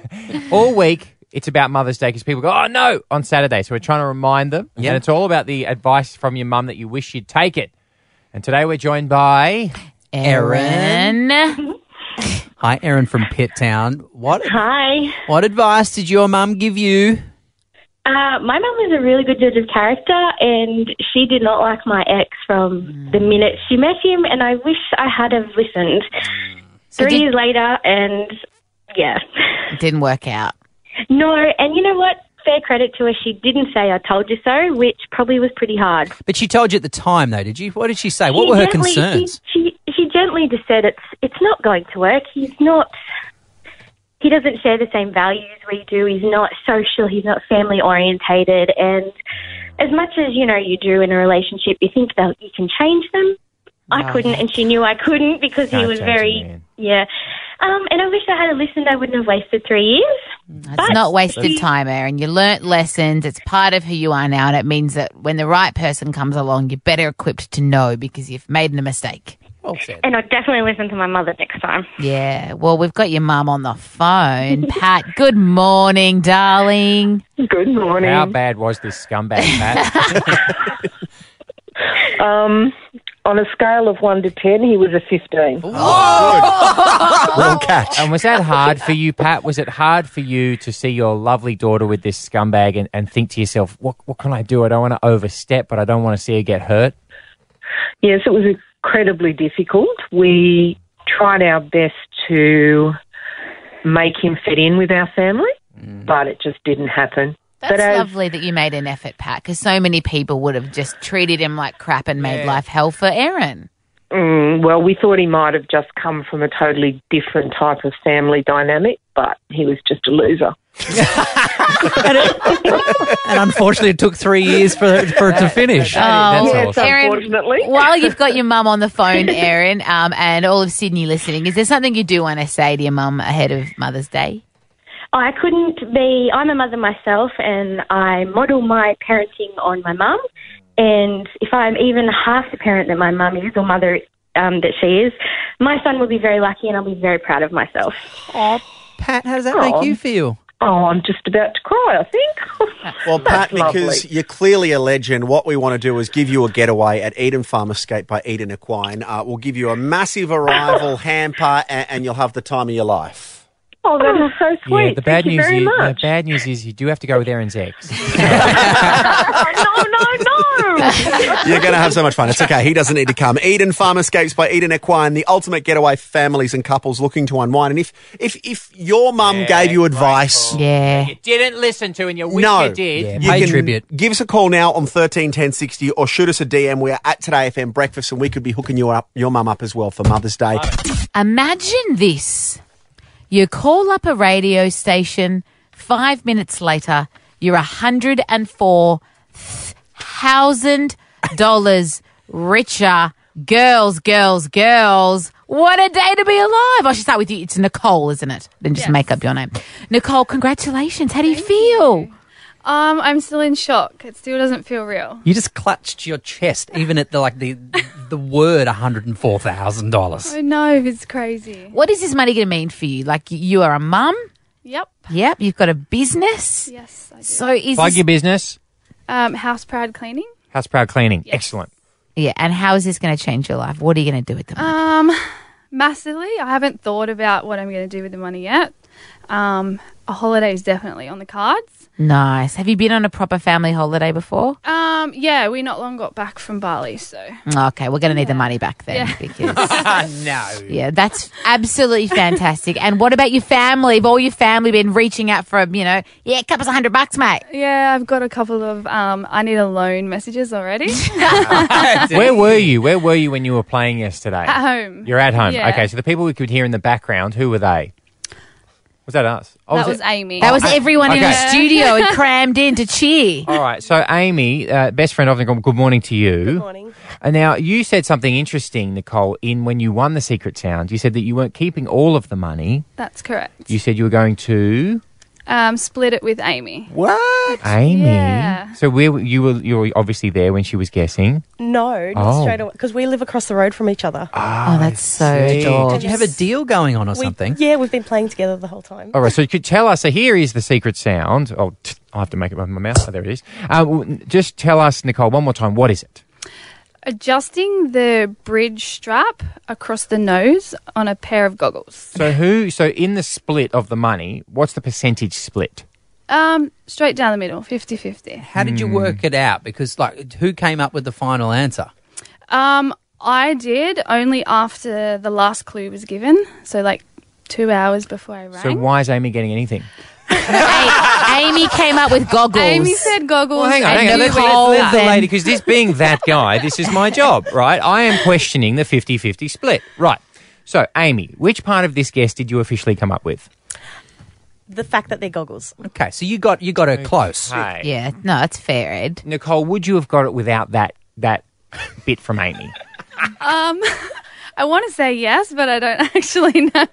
all week. It's about Mother's Day because people go, oh no, on Saturday. So we're trying to remind them, and it's all about the advice from your mum that you wish you'd take it. And today we're joined by Erin. hi erin from pitt town what hi what advice did your mum give you Uh, my mum was a really good judge of character, and she did not like my ex from the minute she met him. And I wish I had have listened. Three did- years later, and yeah, It didn't work out. no. And you know what? Fair credit to her, she didn't say "I told you so," which probably was pretty hard. but she told you at the time though did you what did she say what She were her gently- she- concerns She, she gently just said it's it's not going to work. He's not. He doesn't share the same values we do. He's not social. He's not family orientated. And as much as you know, you do in a relationship, you think that you can change them. No. I couldn't, and she knew I couldn't because he Can't was change a very yeah. Um, and I wish I had listened. I wouldn't have wasted three years. It's not wasted time, Erin. You learnt lessons. It's part of who you are now, and it means that when the right person comes along, you're better equipped to know because you've made a mistake. And I'll definitely listen to my mother next time. Yeah. Well, we've got your mum on the phone. Pat, good morning, darling. Good morning. How bad was this scumbag, Pat? Um, on a scale of one to ten, he was a fifteen. Oh! Well catch. And was that hard for you, Pat? Was it hard for you to see your lovely daughter with this scumbag and, and think to yourself, what, what can I do? I don't want to overstep, but I don't want to see her get hurt? Yes, it was incredibly difficult. We tried our best to make him fit in with our family, Mm. but it just didn't happen. That's but uh, as- lovely that you made an effort, Pat, because so many people would have just treated him like crap and made life hell for Erin. Mm, well, we thought he might have just come from a totally different type of family dynamic but he was just a loser. and unfortunately, it took three years for, for it to finish. Oh, Erin, while you've got your mum on the phone, Erin, um, and all of Sydney listening, is there something you do want to say to your mum ahead of Mother's Day? I couldn't be. I'm a mother myself, and I model my parenting on my mum. And if I'm even half the parent that my mum is, or mother um, that she is, my son will be very lucky, and I'll be very proud of myself. Oh, Pat, how does that Aw. make you feel? Oh, I'm just about to cry, I think. Well, Pat, That's lovely. because you're clearly a legend, what we want to do is give you a getaway at Eden Farm Escape by Eden Equine. Uh, we'll give you a massive arrival hamper, and, and you'll have the time of your life. Oh, that is so sweet. Yeah, the bad Thank you news. very is, much. The bad news is you do have to go with Aaron's ex. You're going to have so much fun. It's okay. He doesn't need to come. Eden Farm Escapes by Eden Equine, the ultimate getaway for families and couples looking to unwind. And if if if your mum gave you advice, yeah, Didn't listen to, and you wish no, you did. can Give us a call now on thirteen ten sixty, or shoot us a DM. We are at Today FM Breakfast, and we could be hooking you up, your mum up as well for Mother's Day. Imagine this. You call up a radio station, five minutes later, you're $104,000 richer. Girls, girls, girls. What a day to be alive. I should start with you. It's Nicole, isn't it? Then just make up your name. Nicole, congratulations. How do you feel? Um, I'm still in shock. It still doesn't feel real. You just clutched your chest, even at the like the the word one hundred and four thousand dollars. I know, it's crazy. What is this money going to mean for you? Like, y- you are a mum? Yep. Yep. You've got a business? Yes. So is Plug this- your business. Um, house proud cleaning. House proud cleaning. Excellent. Yeah, and how is this going to change your life? What are you going to do with the money? Um, massively. I haven't thought about what I'm going to do with the money yet. Um, a holiday is definitely on the cards. Nice. Have you been on a proper family holiday before? Um, yeah, we not long got back from Bali, so Mm, Okay, we're going to need the money back then. yeah. no. Yeah, that's absolutely fantastic. and what about your family? Have all your family been reaching out for, you know, yeah, a couple of hundred bucks, mate? Yeah, I've got a couple of um, I need a loan messages already. Where were you? Where were you when you were playing yesterday? At home. You're at home. Yeah. Okay, so the people we could hear in the background, who were they? Was that us? Oh, that it- was Amy. That was everyone in Okay. the studio and crammed in to cheer. All right. So, Amy, uh, best friend of Nicole, good morning to you. Good morning. And now, you said something interesting, Nicole, in when you won the Secret Sound. You said that you weren't keeping all of the money. That's correct. You said you were going to Um, split it with Amy. What? Amy. Yeah. So, where were- you were, you were obviously there when she was guessing. No, not Oh. straight away because we live across the road from each other. Oh, that's so adorable. Did you have a deal going on or We- something? Yeah, we've been playing together the whole time. All right, so you could tell us. So here is the secret sound. Oh, t- I have to make it with my mouth. Oh, there it is. Um, w- just tell us, Nicole, one more time. What is it? Adjusting the bridge strap across the nose on a pair of goggles. So who? So in the split of the money, what's the percentage split? Um, straight down the middle, 50 50. How did Hmm. you work it out? Because like, who came up with the final answer? Um, I did only after the last clue was given. So, like, two hours before I rang. So why is Amy getting anything? Amy came up with goggles. Amy said goggles. Well, hang on, and hang on. Let's, let's, Nicole let's- then- lady, because this being that guy, this is my job, right? I am questioning the 50-50 split, right? So, Amy, which part of this guess did you officially come up with? The fact that they're goggles. Okay, so you got you got her close. Yeah, no, that's fair, Ed. Nicole, would you have got it without that that bit from Amy? Um, I want to say yes, but I don't actually know.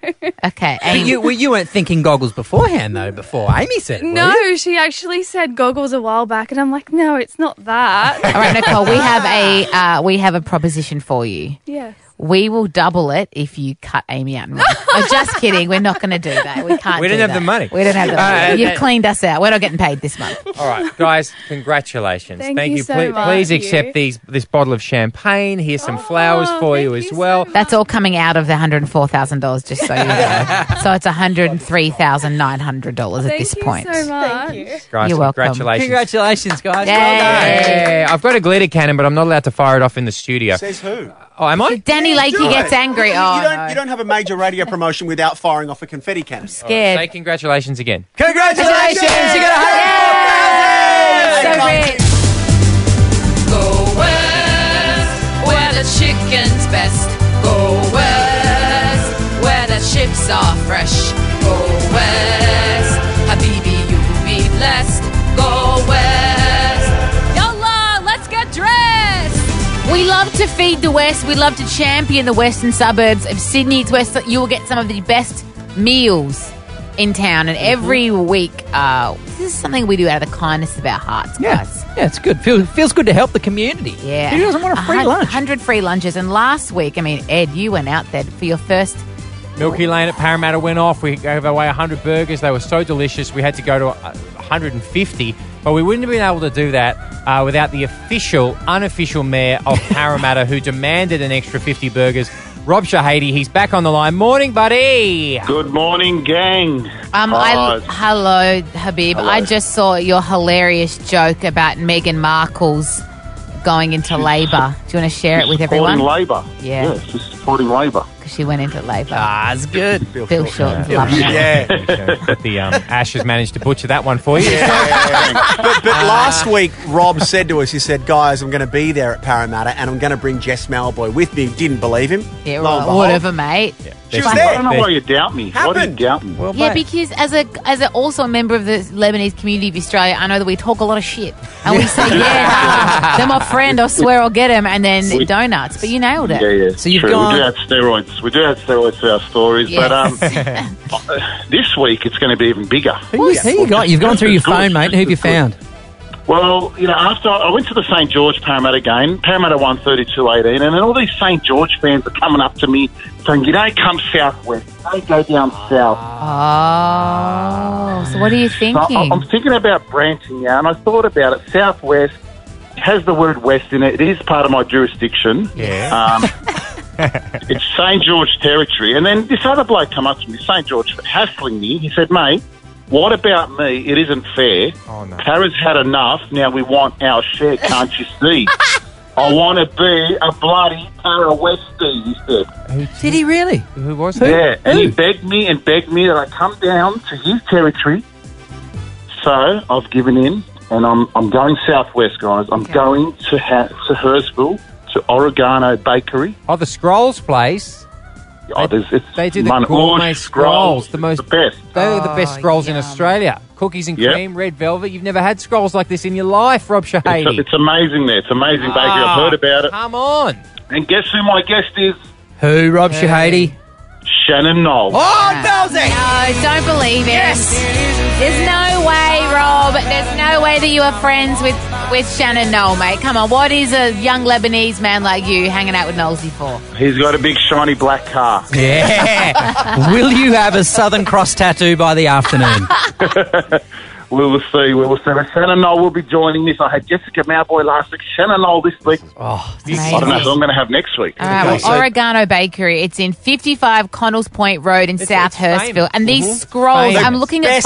Okay, But you, well, you weren't thinking goggles beforehand though. Before Amy said, it, were you? No, she actually said goggles a while back, and I'm like, no, it's not that. All right, Nicole, we have a uh, we have a proposition for you. Yes. We will double it if you cut Amy out. I'm just kidding. We're not going to do that. We can't. We do don't have that. the money. We don't have the Uh, money. You've that- cleaned us out. We're not getting paid this month. All right, guys, congratulations. Thank you so please, much. Oh, please Thank accept you. these this bottle of champagne. Here's some flowers for you as well. That's all coming out of the hundred four thousand dollars. Just so you know. so it's hundred and three thousand nine hundred dollars at Thank this you point. so much. Thank you. Guys, You're welcome. Congratulations. Congratulations, guys. Yeah, I've got a glitter cannon, but I'm not allowed to fire it off in the studio. Says who? Oh, am I? Danny Lakey Do it. gets angry. You, Oh, don't, no. you don't have a major radio promotion without firing off a confetti cannon. All right, Oh, say congratulations again. Congratulations! You got a So great. Go west, where the chicken's best. Go west, where the chips are fresh. Go west. to Feed the West, we love to champion the western suburbs of Sydney. It's where you will get some of the best meals in town. And Mm-hmm. every week, uh, this is something we do out of the kindness of our hearts, guys. Yeah, it's good. Feel, feels good to help the community. Yeah. Who doesn't want a free hun- lunch? 100 free lunches. And last week, I mean, Ed, you went out there for your first. Milky Lane at Parramatta went off. We gave away 100 burgers. They were so delicious. We had to go to uh, 150, but we wouldn't have been able to do that uh, without the official, unofficial mayor of Parramatta, who demanded an extra 50 burgers. Rob Shahady, he's back on the line. Morning, buddy. Good morning, gang. Uh, Um, I, hello, Habib. I just saw your hilarious joke about Meghan Markle's going into labour. Do you want to share it with everyone? Supporting Labor. Yeah. Yeah, she's supporting Labor. Because she went into labour. Ah, it's good. Bill, Shorten's loving it. Yeah. the um, Ash has managed to butcher that one for you. But last week, Rob said to us, he said, guys, I'm going to be there at Parramatta and I'm going to bring Jess Malboy with me. Didn't believe him. Yeah, Lo and right. behold, Whatever, mate. She was there. I don't know why you doubt me. Why do Happened. you doubt me? yeah, because as a as a, also a member of the Lebanese community of Australia, I know that we talk a lot of shit and we say, "Yeah, they're my friend. I swear I'll get him," and then We- donuts. But you nailed it. Yeah, yeah. True. gone- We do have steroids. We do have steroids for our stories, but um, this week it's going to be even bigger. Who you, who you got? You've gone through your phone, mate. Who have you found? Well, you know, after I went to the St George Parramatta game, Parramatta won 32-18, and then all these St George fans are coming up to me saying, "You don't come southwest, you don't go down south." Oh, so what are you So I, thinking? I'm thinking about branching out, and I thought about it. Southwest has the word west in it. It is part of my jurisdiction. Yeah. Um, it's St George territory, and then this other bloke come up to me, St George, hassling me. He said, "Mate, what about me? It isn't fair. Oh, no. Tara's had enough. Now we want our share. Can't you see?" I want to be a bloody Tara Westie, he said. Did he really? Who was Yeah, and he begged me and begged me that I come down to his territory. So I've given in, and I'm I'm going southwest, guys. I'm going to ha- to Hurstville to Oregano Bakery. Oh, the Scrolls place. Oh, there's, it's They do the mon- gourmet oh, scrolls, the most best. They are the best scrolls in Australia. Cookies and Yep. cream, red velvet. You've never had scrolls like this in your life, Rob It's, Shahady. it's amazing there. It's amazing bakery. Ah, I've heard about it. Come on. And guess who my guest is? Who, Rob Shahady? Shannon Oh, Knowles. Oh! no, don't believe it. There's no way, Rob. There's no way that you are friends with, with Shannon Noel, mate. Come on, what is a young Lebanese man like you hanging out with Knowlesy for? He's got a big shiny black car. Yeah. Will you have a Southern Cross tattoo by the afternoon? We will see. We will see. But Shannon Knoll will be joining this. I had Jessica Mowboy last week. Shannon Knoll this week. Oh, I don't know who I'm going to have next week. All right, well, Oregano Bakery. It's in 55 Connells Point Road in South Hurstville. And these Mm-hmm. scrolls, I'm Mm-hmm. Famous. looking at Best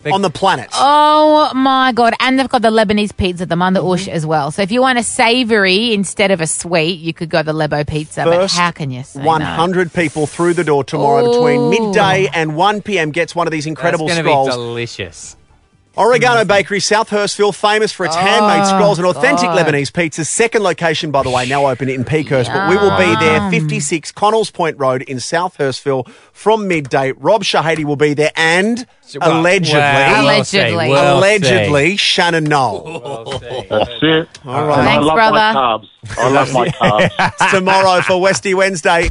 photos. On the planet. Oh my god! And they've got the Lebanese pizza, the Manda Mm-hmm. Ush as well. So if you want a savoury instead of a sweet, you could go the Lebo pizza. but First how can you say no? 100 people through the door tomorrow between midday and 1 p.m. gets one of these incredible That's gonna scrolls. be delicious. Oregano Bakery, South Hurstville, famous for Ah, its handmade scrolls and authentic God. Lebanese pizzas. Second location, by the way, now open in Peakhurst, but we will be there, 56 Connells Point Road in South Hurstville from midday. Rob Shahady will be there and well, allegedly, well, well said, allegedly, well said. allegedly, Shannon Knoll. That's it. All right. And I love my carbs. I love my carbs. It's tomorrow for Westy Wednesday.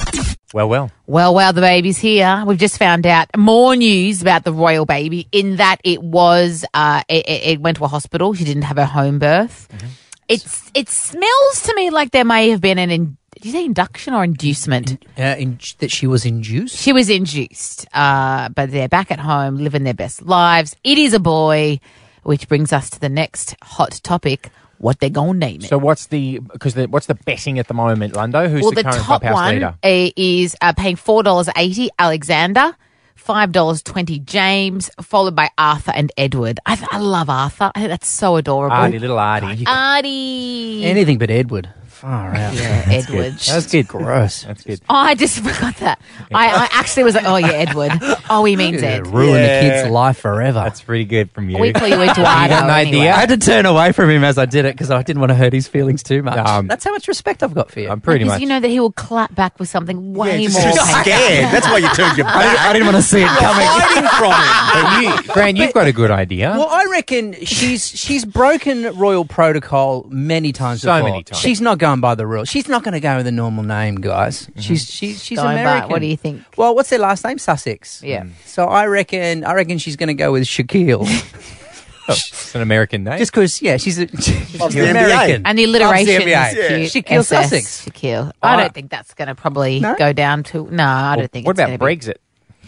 Well, well. Well, well, the baby's here. We've just found out more news about the royal baby in that it was, uh, it, it it went to a hospital. She didn't have her home birth. Mm-hmm. It's, it smells to me like there may have been an, in, did you say induction or inducement? Uh, in, that she was induced? She was induced, uh, but they're back at home living their best lives. It is a boy, which brings us to the next hot topic. What they gonna name it? So what's the because the, what's the betting at the moment, Lundo? Who's well, the, the, current top clubhouse one leader? uh, is uh, paying four dollars eighty. Alexander, five dollars twenty. James, followed by Arthur and Edward. I, I love Arthur. I think that's so adorable. Artie, little Artie. Artie. Anything but Edward. Far out. Um, Yeah, That's good. Edward. That's good. Gross. That's good. Oh, I just forgot that. I, I actually was like, oh yeah, Edward. Oh, he means Yeah, Ed. ruin the Yeah. kid's life forever. That's pretty good from you. We call you Eduardo. anyway. I had to turn away from him as I did it because I didn't want to hurt his feelings too much. Um, That's how much respect I've got for you. I'm because you know that he will clap back with something way more. painful. I didn't, I didn't want to see it coming. But you, Grant, you've got a good idea. Well, I reckon she's she's broken royal protocol many times So before. many times. She's not going going by the rules. She's not going to go with a normal name, guys. Mm-hmm. She's she's she's Going by- American. what do you think? Well, what's their last name? Sussex. Yeah. Mm. So I reckon I reckon she's going to go with Shaquille. Oh, It's an American name. Just because, yeah, she's, a, she's Loves the NBA. American. And the alliteration Loves the NBA. is cute. Shaquille SS, Sussex. Shaquille. I Oh. don't think that's going to probably go down to. No, I don't think. What it's about gonna be- Brexit?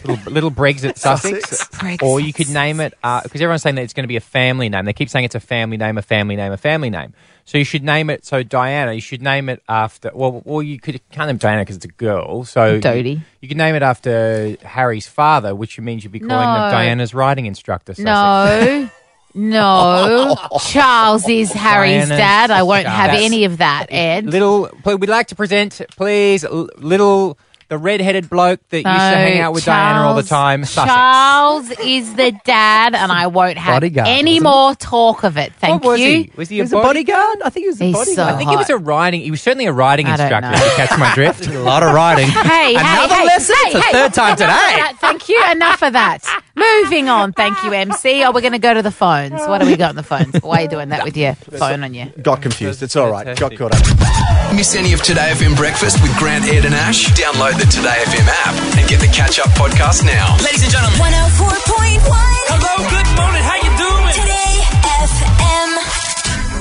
Little, little Brexit Sussex, Brexit. or you could name it because everyone's saying that it's going to be a family name. They keep saying it's a family name, a family name, a family name. So you should name it. So Diana, you should name it after. Well, well, you could can't name Diana because it's a girl. So Dodie. You, you could name it after Harry's father, which means you'd be calling No. them Diana's riding instructor. Sussex. No. No, Charles is Diana's Harry's dad. I won't have dad. any of that, Ed. Little, pl- we'd like to present, please, l- little the red-headed bloke that used to hang out with Diana all the time. Charles- Sussex. Charles is the dad, and I won't have Bodyguard, any wasn't more talk of it. Thank what was you. He? Was he a, bodyguard? I think he was a He's bodyguard. I so think he was hot. a riding. He was certainly a riding I don't instructor. know. If you catch my drift. a lot of riding. Hey, Another hey, hey, lesson? Hey, It's the hey, third time enough of today. that. Thank you. Enough of that. Moving on. Thank you, MC. Oh, we're going to go to the phones. What do we got on the phones? Why are you doing that with your phone on you? Got confused. It's all right. Got caught up. Miss any of Today FM breakfast with Grant, Ed, and Ash? Download the Today FM app and get the catch up podcast now. Ladies and gentlemen, 104.1. Hello, good morning, how you doing? Today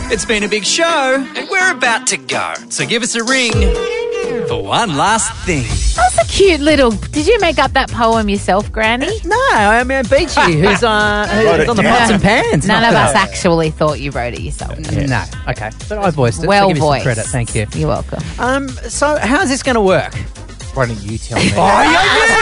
FM. It's been a big show, and we're about to go. So give us a ring for one last thing. That's a cute little. Did you make up that poem yourself, Granny? No, I am Beachy, who's, uh, who's Wrote it on the pots down. and pans. None Not of that. us actually thought you wrote it yourself. No, okay. But I voiced it. so Well give you some voiced. credit. Thank you. You're welcome. Um, so how's this going to work? Why don't you tell me?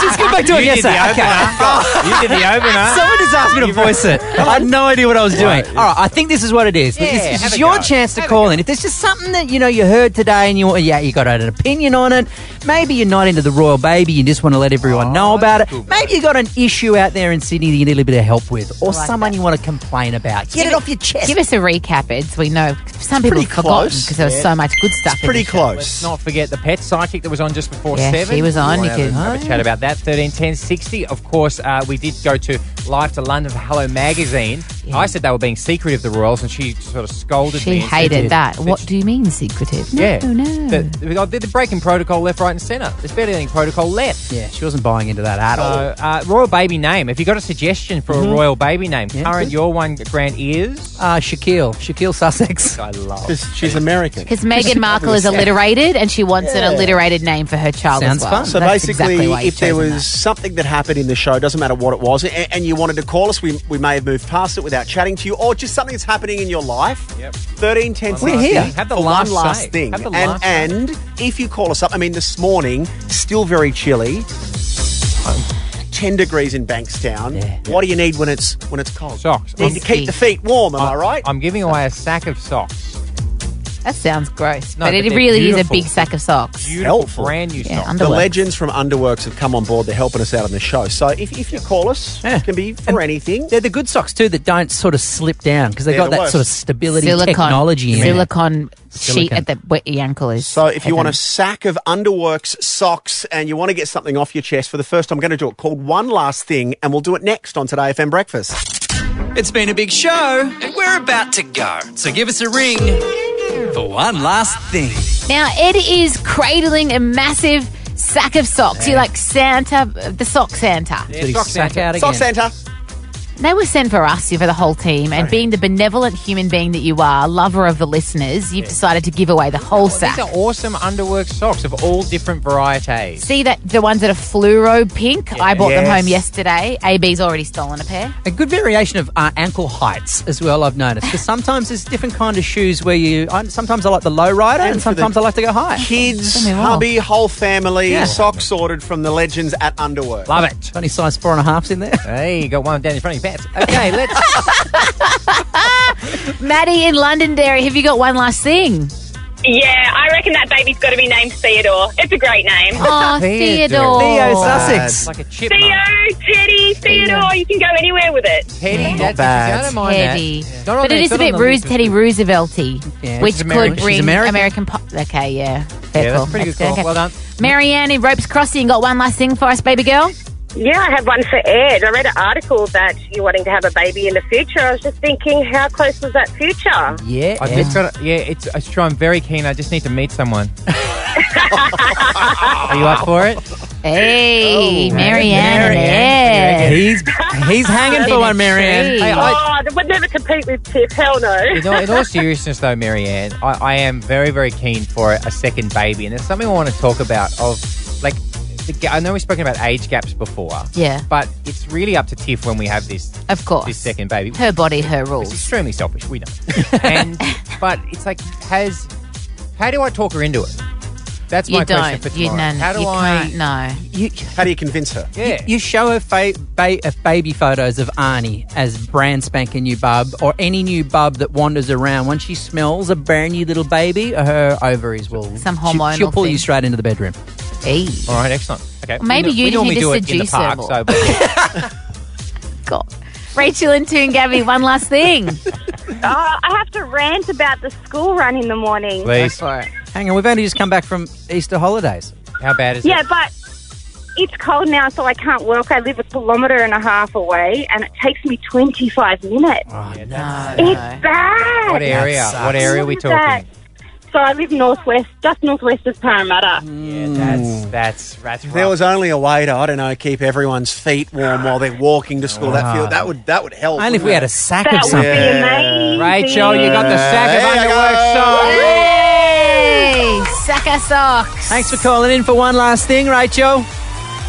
Just go back to Oh, it You did the yesterday. opener. You did the opener. Someone just asked me to voice it. I had no idea what I was doing. All right, I think this is what it is. Yeah, this have is a your go. chance to call in. If there's just something that you know you heard today and you yeah you got an opinion on it, maybe you're not into the royal baby, you just want to let everyone Oh, know about it. Maybe you got an issue out there in Sydney that you need a little bit of help with, or someone you want to complain about. Get it off your chest. Give us a recap, Ed, so we know. Some people pretty have forgotten close. because there was Yeah. so much good stuff. in the show. Let's not forget the pet psychic that was on just before Yeah, seven. she was on. We'll You have a- can- have a chat about that. Thirteen ten sixty. Of course, uh, we did go to Life to London for Hello Magazine. I said they were being secretive, the Royals, and she sort of scolded She me. and said hated that. What do you mean secretive? No, yeah, no. The- the- they're breaking protocol left, right, and centre. There's barely any protocol left. Yeah, she wasn't buying into that at So, all. uh, royal baby name. Have you got a suggestion for Mhm. a royal baby name? Yeah, Current, good. your one, Grant, is? Uh, Shaquille. Shaquille Sussex. I love She's American. Because Meghan Markle is alliterated and she wants Yeah. an alliterated name for her child as well. So That's basically, exactly why you've if there chosen was something that happened in the show, doesn't matter what it was, and, and you wanted to call us, we, we may have moved past it without chatting to you, or just something that's happening in your life. Yep. 13, 10, We're here. Have the for last one last say. thing. Have the and, last say. and if you call us up, I mean, this morning, still very chilly. 10 degrees in Bankstown. What do you need when it's when it's cold? Socks. Need to keep the feet warm, am I right? I'm giving away a sack of socks. that. That sounds gross, No, but but it they're really is a beautiful. big sack of socks. Beautiful, brand new Yeah, socks. The underwear. legends from Underworks have come on board. They're helping us out on the show. So if, if you call us, it can be for anything. They're the good socks too that don't sort of slip down because they've They're got the that sort of worst. stability technology in it. silicon sheet Silicon. at the wet your ankle is. So if you want a sack of Underworks socks and you want to get something off your chest for the first time, I'm going to do it called One Last Thing, and we'll do it next on Today FM Breakfast. It's been a big show, and we're about to go. So give us a ring for one last thing. Now Ed is cradling a massive sack of socks. You're like Santa, the sock Santa. Sock sack out Sock again. Santa. They were sent for us, you for the whole team, and being the benevolent human being that you are, lover of the listeners, you've decided to give away the Oh, whole sack. These are awesome underwork socks of all different varieties. See that the ones that are fluoro pink? I bought them Yes. home yesterday. AB's already stolen a pair. A good variation of uh, ankle heights as well. I've noticed because sometimes there's different kind of shoes where you. I, sometimes I like the low rider, and, And for the sometimes I like to go high. Kids, Don't me wrong. hubby, whole family, Yeah. socks ordered from the legends at Underworks. Love it. Funny size four and a half's in there. Hey, you got one down in front of your pants. Okay, let's. Maddie in Londonderry, have you got one last thing? Yeah, I reckon that baby's got to be named Theodore. It's a great name. Oh, Theodore. Theo Sussex. like a chip. Theo, Teddy, Theodore. You can go anywhere with it. Teddy, that's- bad. I don't mind that. Teddy. Yeah. Not on But it the- is a not on bit the Roos list. Teddy Roosevelty, Yeah, which she's could American. She's bring American. American pop. Okay, yeah. Fair Yeah, that's call. pretty good call. okay. Well done. Marianne in Ropes Crossing got one last thing for us, baby girl. Yeah, I have one for Ed. I read an article that you're wanting to have a baby in the future. I was just thinking, how close was that future? Yeah, I just got. Yeah, it's. It's true. I'm very keen. I just need to meet someone. Are you up for it? Oh, Hey, Marianne. Marianne. and Ed. He's he's hanging for one, Marianne. Hey, I- oh, they would never compete with Tiff. Hell no. in, all, in all seriousness, though, Marianne, I, I am very, very keen for a second baby, and there's something I want to talk about. Of like, the, ga- I know we've spoken about age gaps before. Yeah. but it's really up to Tiff when we have this. Of course. this second baby. Her body, her It's rules. extremely selfish. We know, and but it's like, has how do I talk her into it? That's You my question don't. for You, tomorrow. no, no, how do you I? can't. No. How do you convince her? Yeah. You show her fa- ba- uh, baby photos of Arnie as brand spanking new bub, or any new bub that wanders around. When she smells a brand new little baby, her ovaries will Some she- hormonal She'll pull you thing. straight into the bedroom. Hey. All right, excellent. Okay, Or maybe We- you we just normally need to do it in the seduce her park, more. so. But, Rachel and Toon Gabby, one last thing. Oh, I have to rant about the school run in the morning. Please. Hang on, we've only just come back from Easter holidays. How bad yeah, but it's cold now, so I can't walk. I live a kilometre and a half away, and it takes me 25 minutes. It's bad. Oh, What area? What area are we It's bad. talking? So I live northwest, just northwest of Parramatta. That's that's that's. If there was only a way to, I don't know, keep everyone's feet warm while they're walking to school, that feel that would that would help. Only if wouldn't we had it? a sack That of would something. be amazing. Rachel, you got the sack of There you underwork song. Hey, sack of socks. Thanks for calling in for one last thing, Rachel.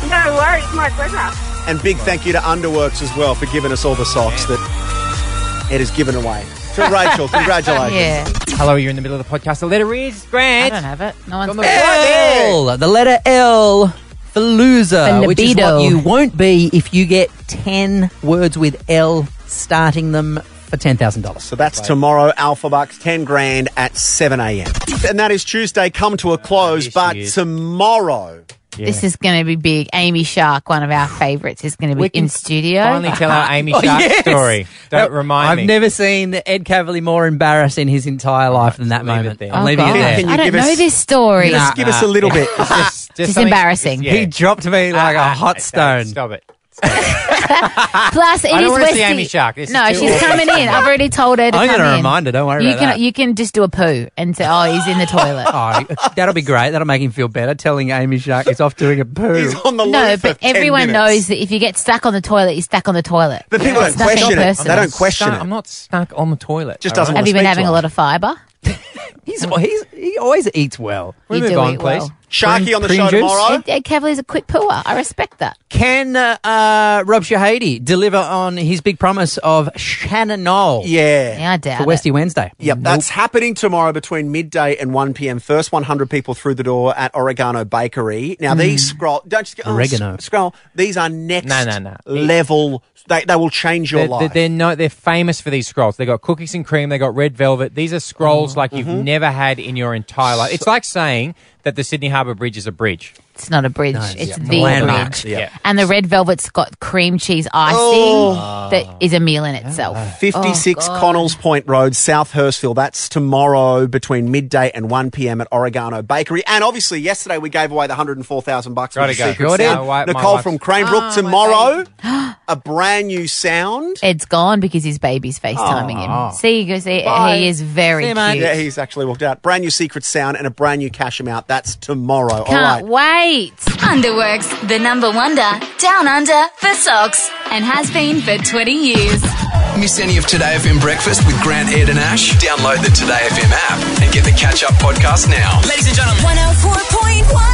No worries, my pleasure. And big thank you to Underworks as well for giving us all the socks that it has given away. To Rachel, congratulations. Hello, you're in the middle of the podcast. The letter is Grant. I don't have it. No one's L, the letter L for loser, For which is libido. what you won't be if you get 10 words with L starting them for $10,000. So that's tomorrow, Alpha Bucks, 10 grand at 7 a.m. And that is Tuesday, come to a close, but tomorrow. This is going to be big. Amy Shark, one of our favourites, is going to be in studio. Finally, tell our Amy Oh, Shark yes. story. Don't remind I've me. never seen Ed Cavalier more embarrassed in his entire life than that moment. I'm Oh, leaving God. it there. I don't know this story. It's just, It's embarrassing. He dropped me like a hot stone. Ah, Stop it. Plus, it is I don't wanna see Westy- Amy Shark. This is no, too she's awful. coming in. I've already told her to I'm come gonna in. remind her, don't worry you about can, that. You can just do a poo and say, oh, he's in the toilet. Oh, that'll be great. That'll make him feel better. Telling Amy Shark he's off doing a poo. He's on the No, but everyone knows that if you get stuck on the toilet, you're stuck on the toilet. But people It's don't nothing question it. personal. They don't question Stuck- it. I'm not stuck on the toilet. Just doesn't Have wanna you been speak having to a us. lot of fibre? He's, he's, he always eats well. We You move do on, eat please. well. Sharky on the show tomorrow. Ed, Ed Cavalier's a quick pooer. I respect that. Can uh, uh, Rob Shahady deliver on his big promise of Shannon Knoll? Yeah. Yeah, I doubt For Westy Wednesday. Yep, that's happening tomorrow between midday and 1 p.m. First 100 people through the door at Oregano Bakery. Hmm. Now, these scroll, don't just go, oh, Oregano. sc- scroll. These are next No, no, no. level. They, they will change your They're, they're, life. they're no, they're famous for these scrolls. They got cookies and cream. They got red velvet. These are scrolls like you've never had in your entire life. It's like saying that the Sydney Harbour Bridge is a bridge. It's not a bridge. It's the Landmark. bridge. Yeah. And the red velvet's got cream cheese icing Oh. that is a meal in itself. Ah. 56 Oh, God. Connells Point Road, South Hurstville. That's tomorrow between midday and 1 p.m. at Oregano Bakery. And obviously, yesterday we gave away the 104,000 bucks. Gotta with go. Secret Sure did. Sound. My wife- my Nicole wife's- from Cranebrook Oh, tomorrow. a brand new sound. Ed's Oh, gone because his baby's FaceTiming Oh. him. See, you go see, Bye. he is very cute. Yeah, he's actually walked out. Brand new Secret Sound and a brand new cash amount. That's tomorrow. All right. Can't wait. Underworks, the number wonder, down under for socks, and has been for 20 years. Miss any of Today FM breakfast with Grant, Ed, and Ash? Download the Today FM app and get the catch up podcast now. Ladies and gentlemen. 104.1.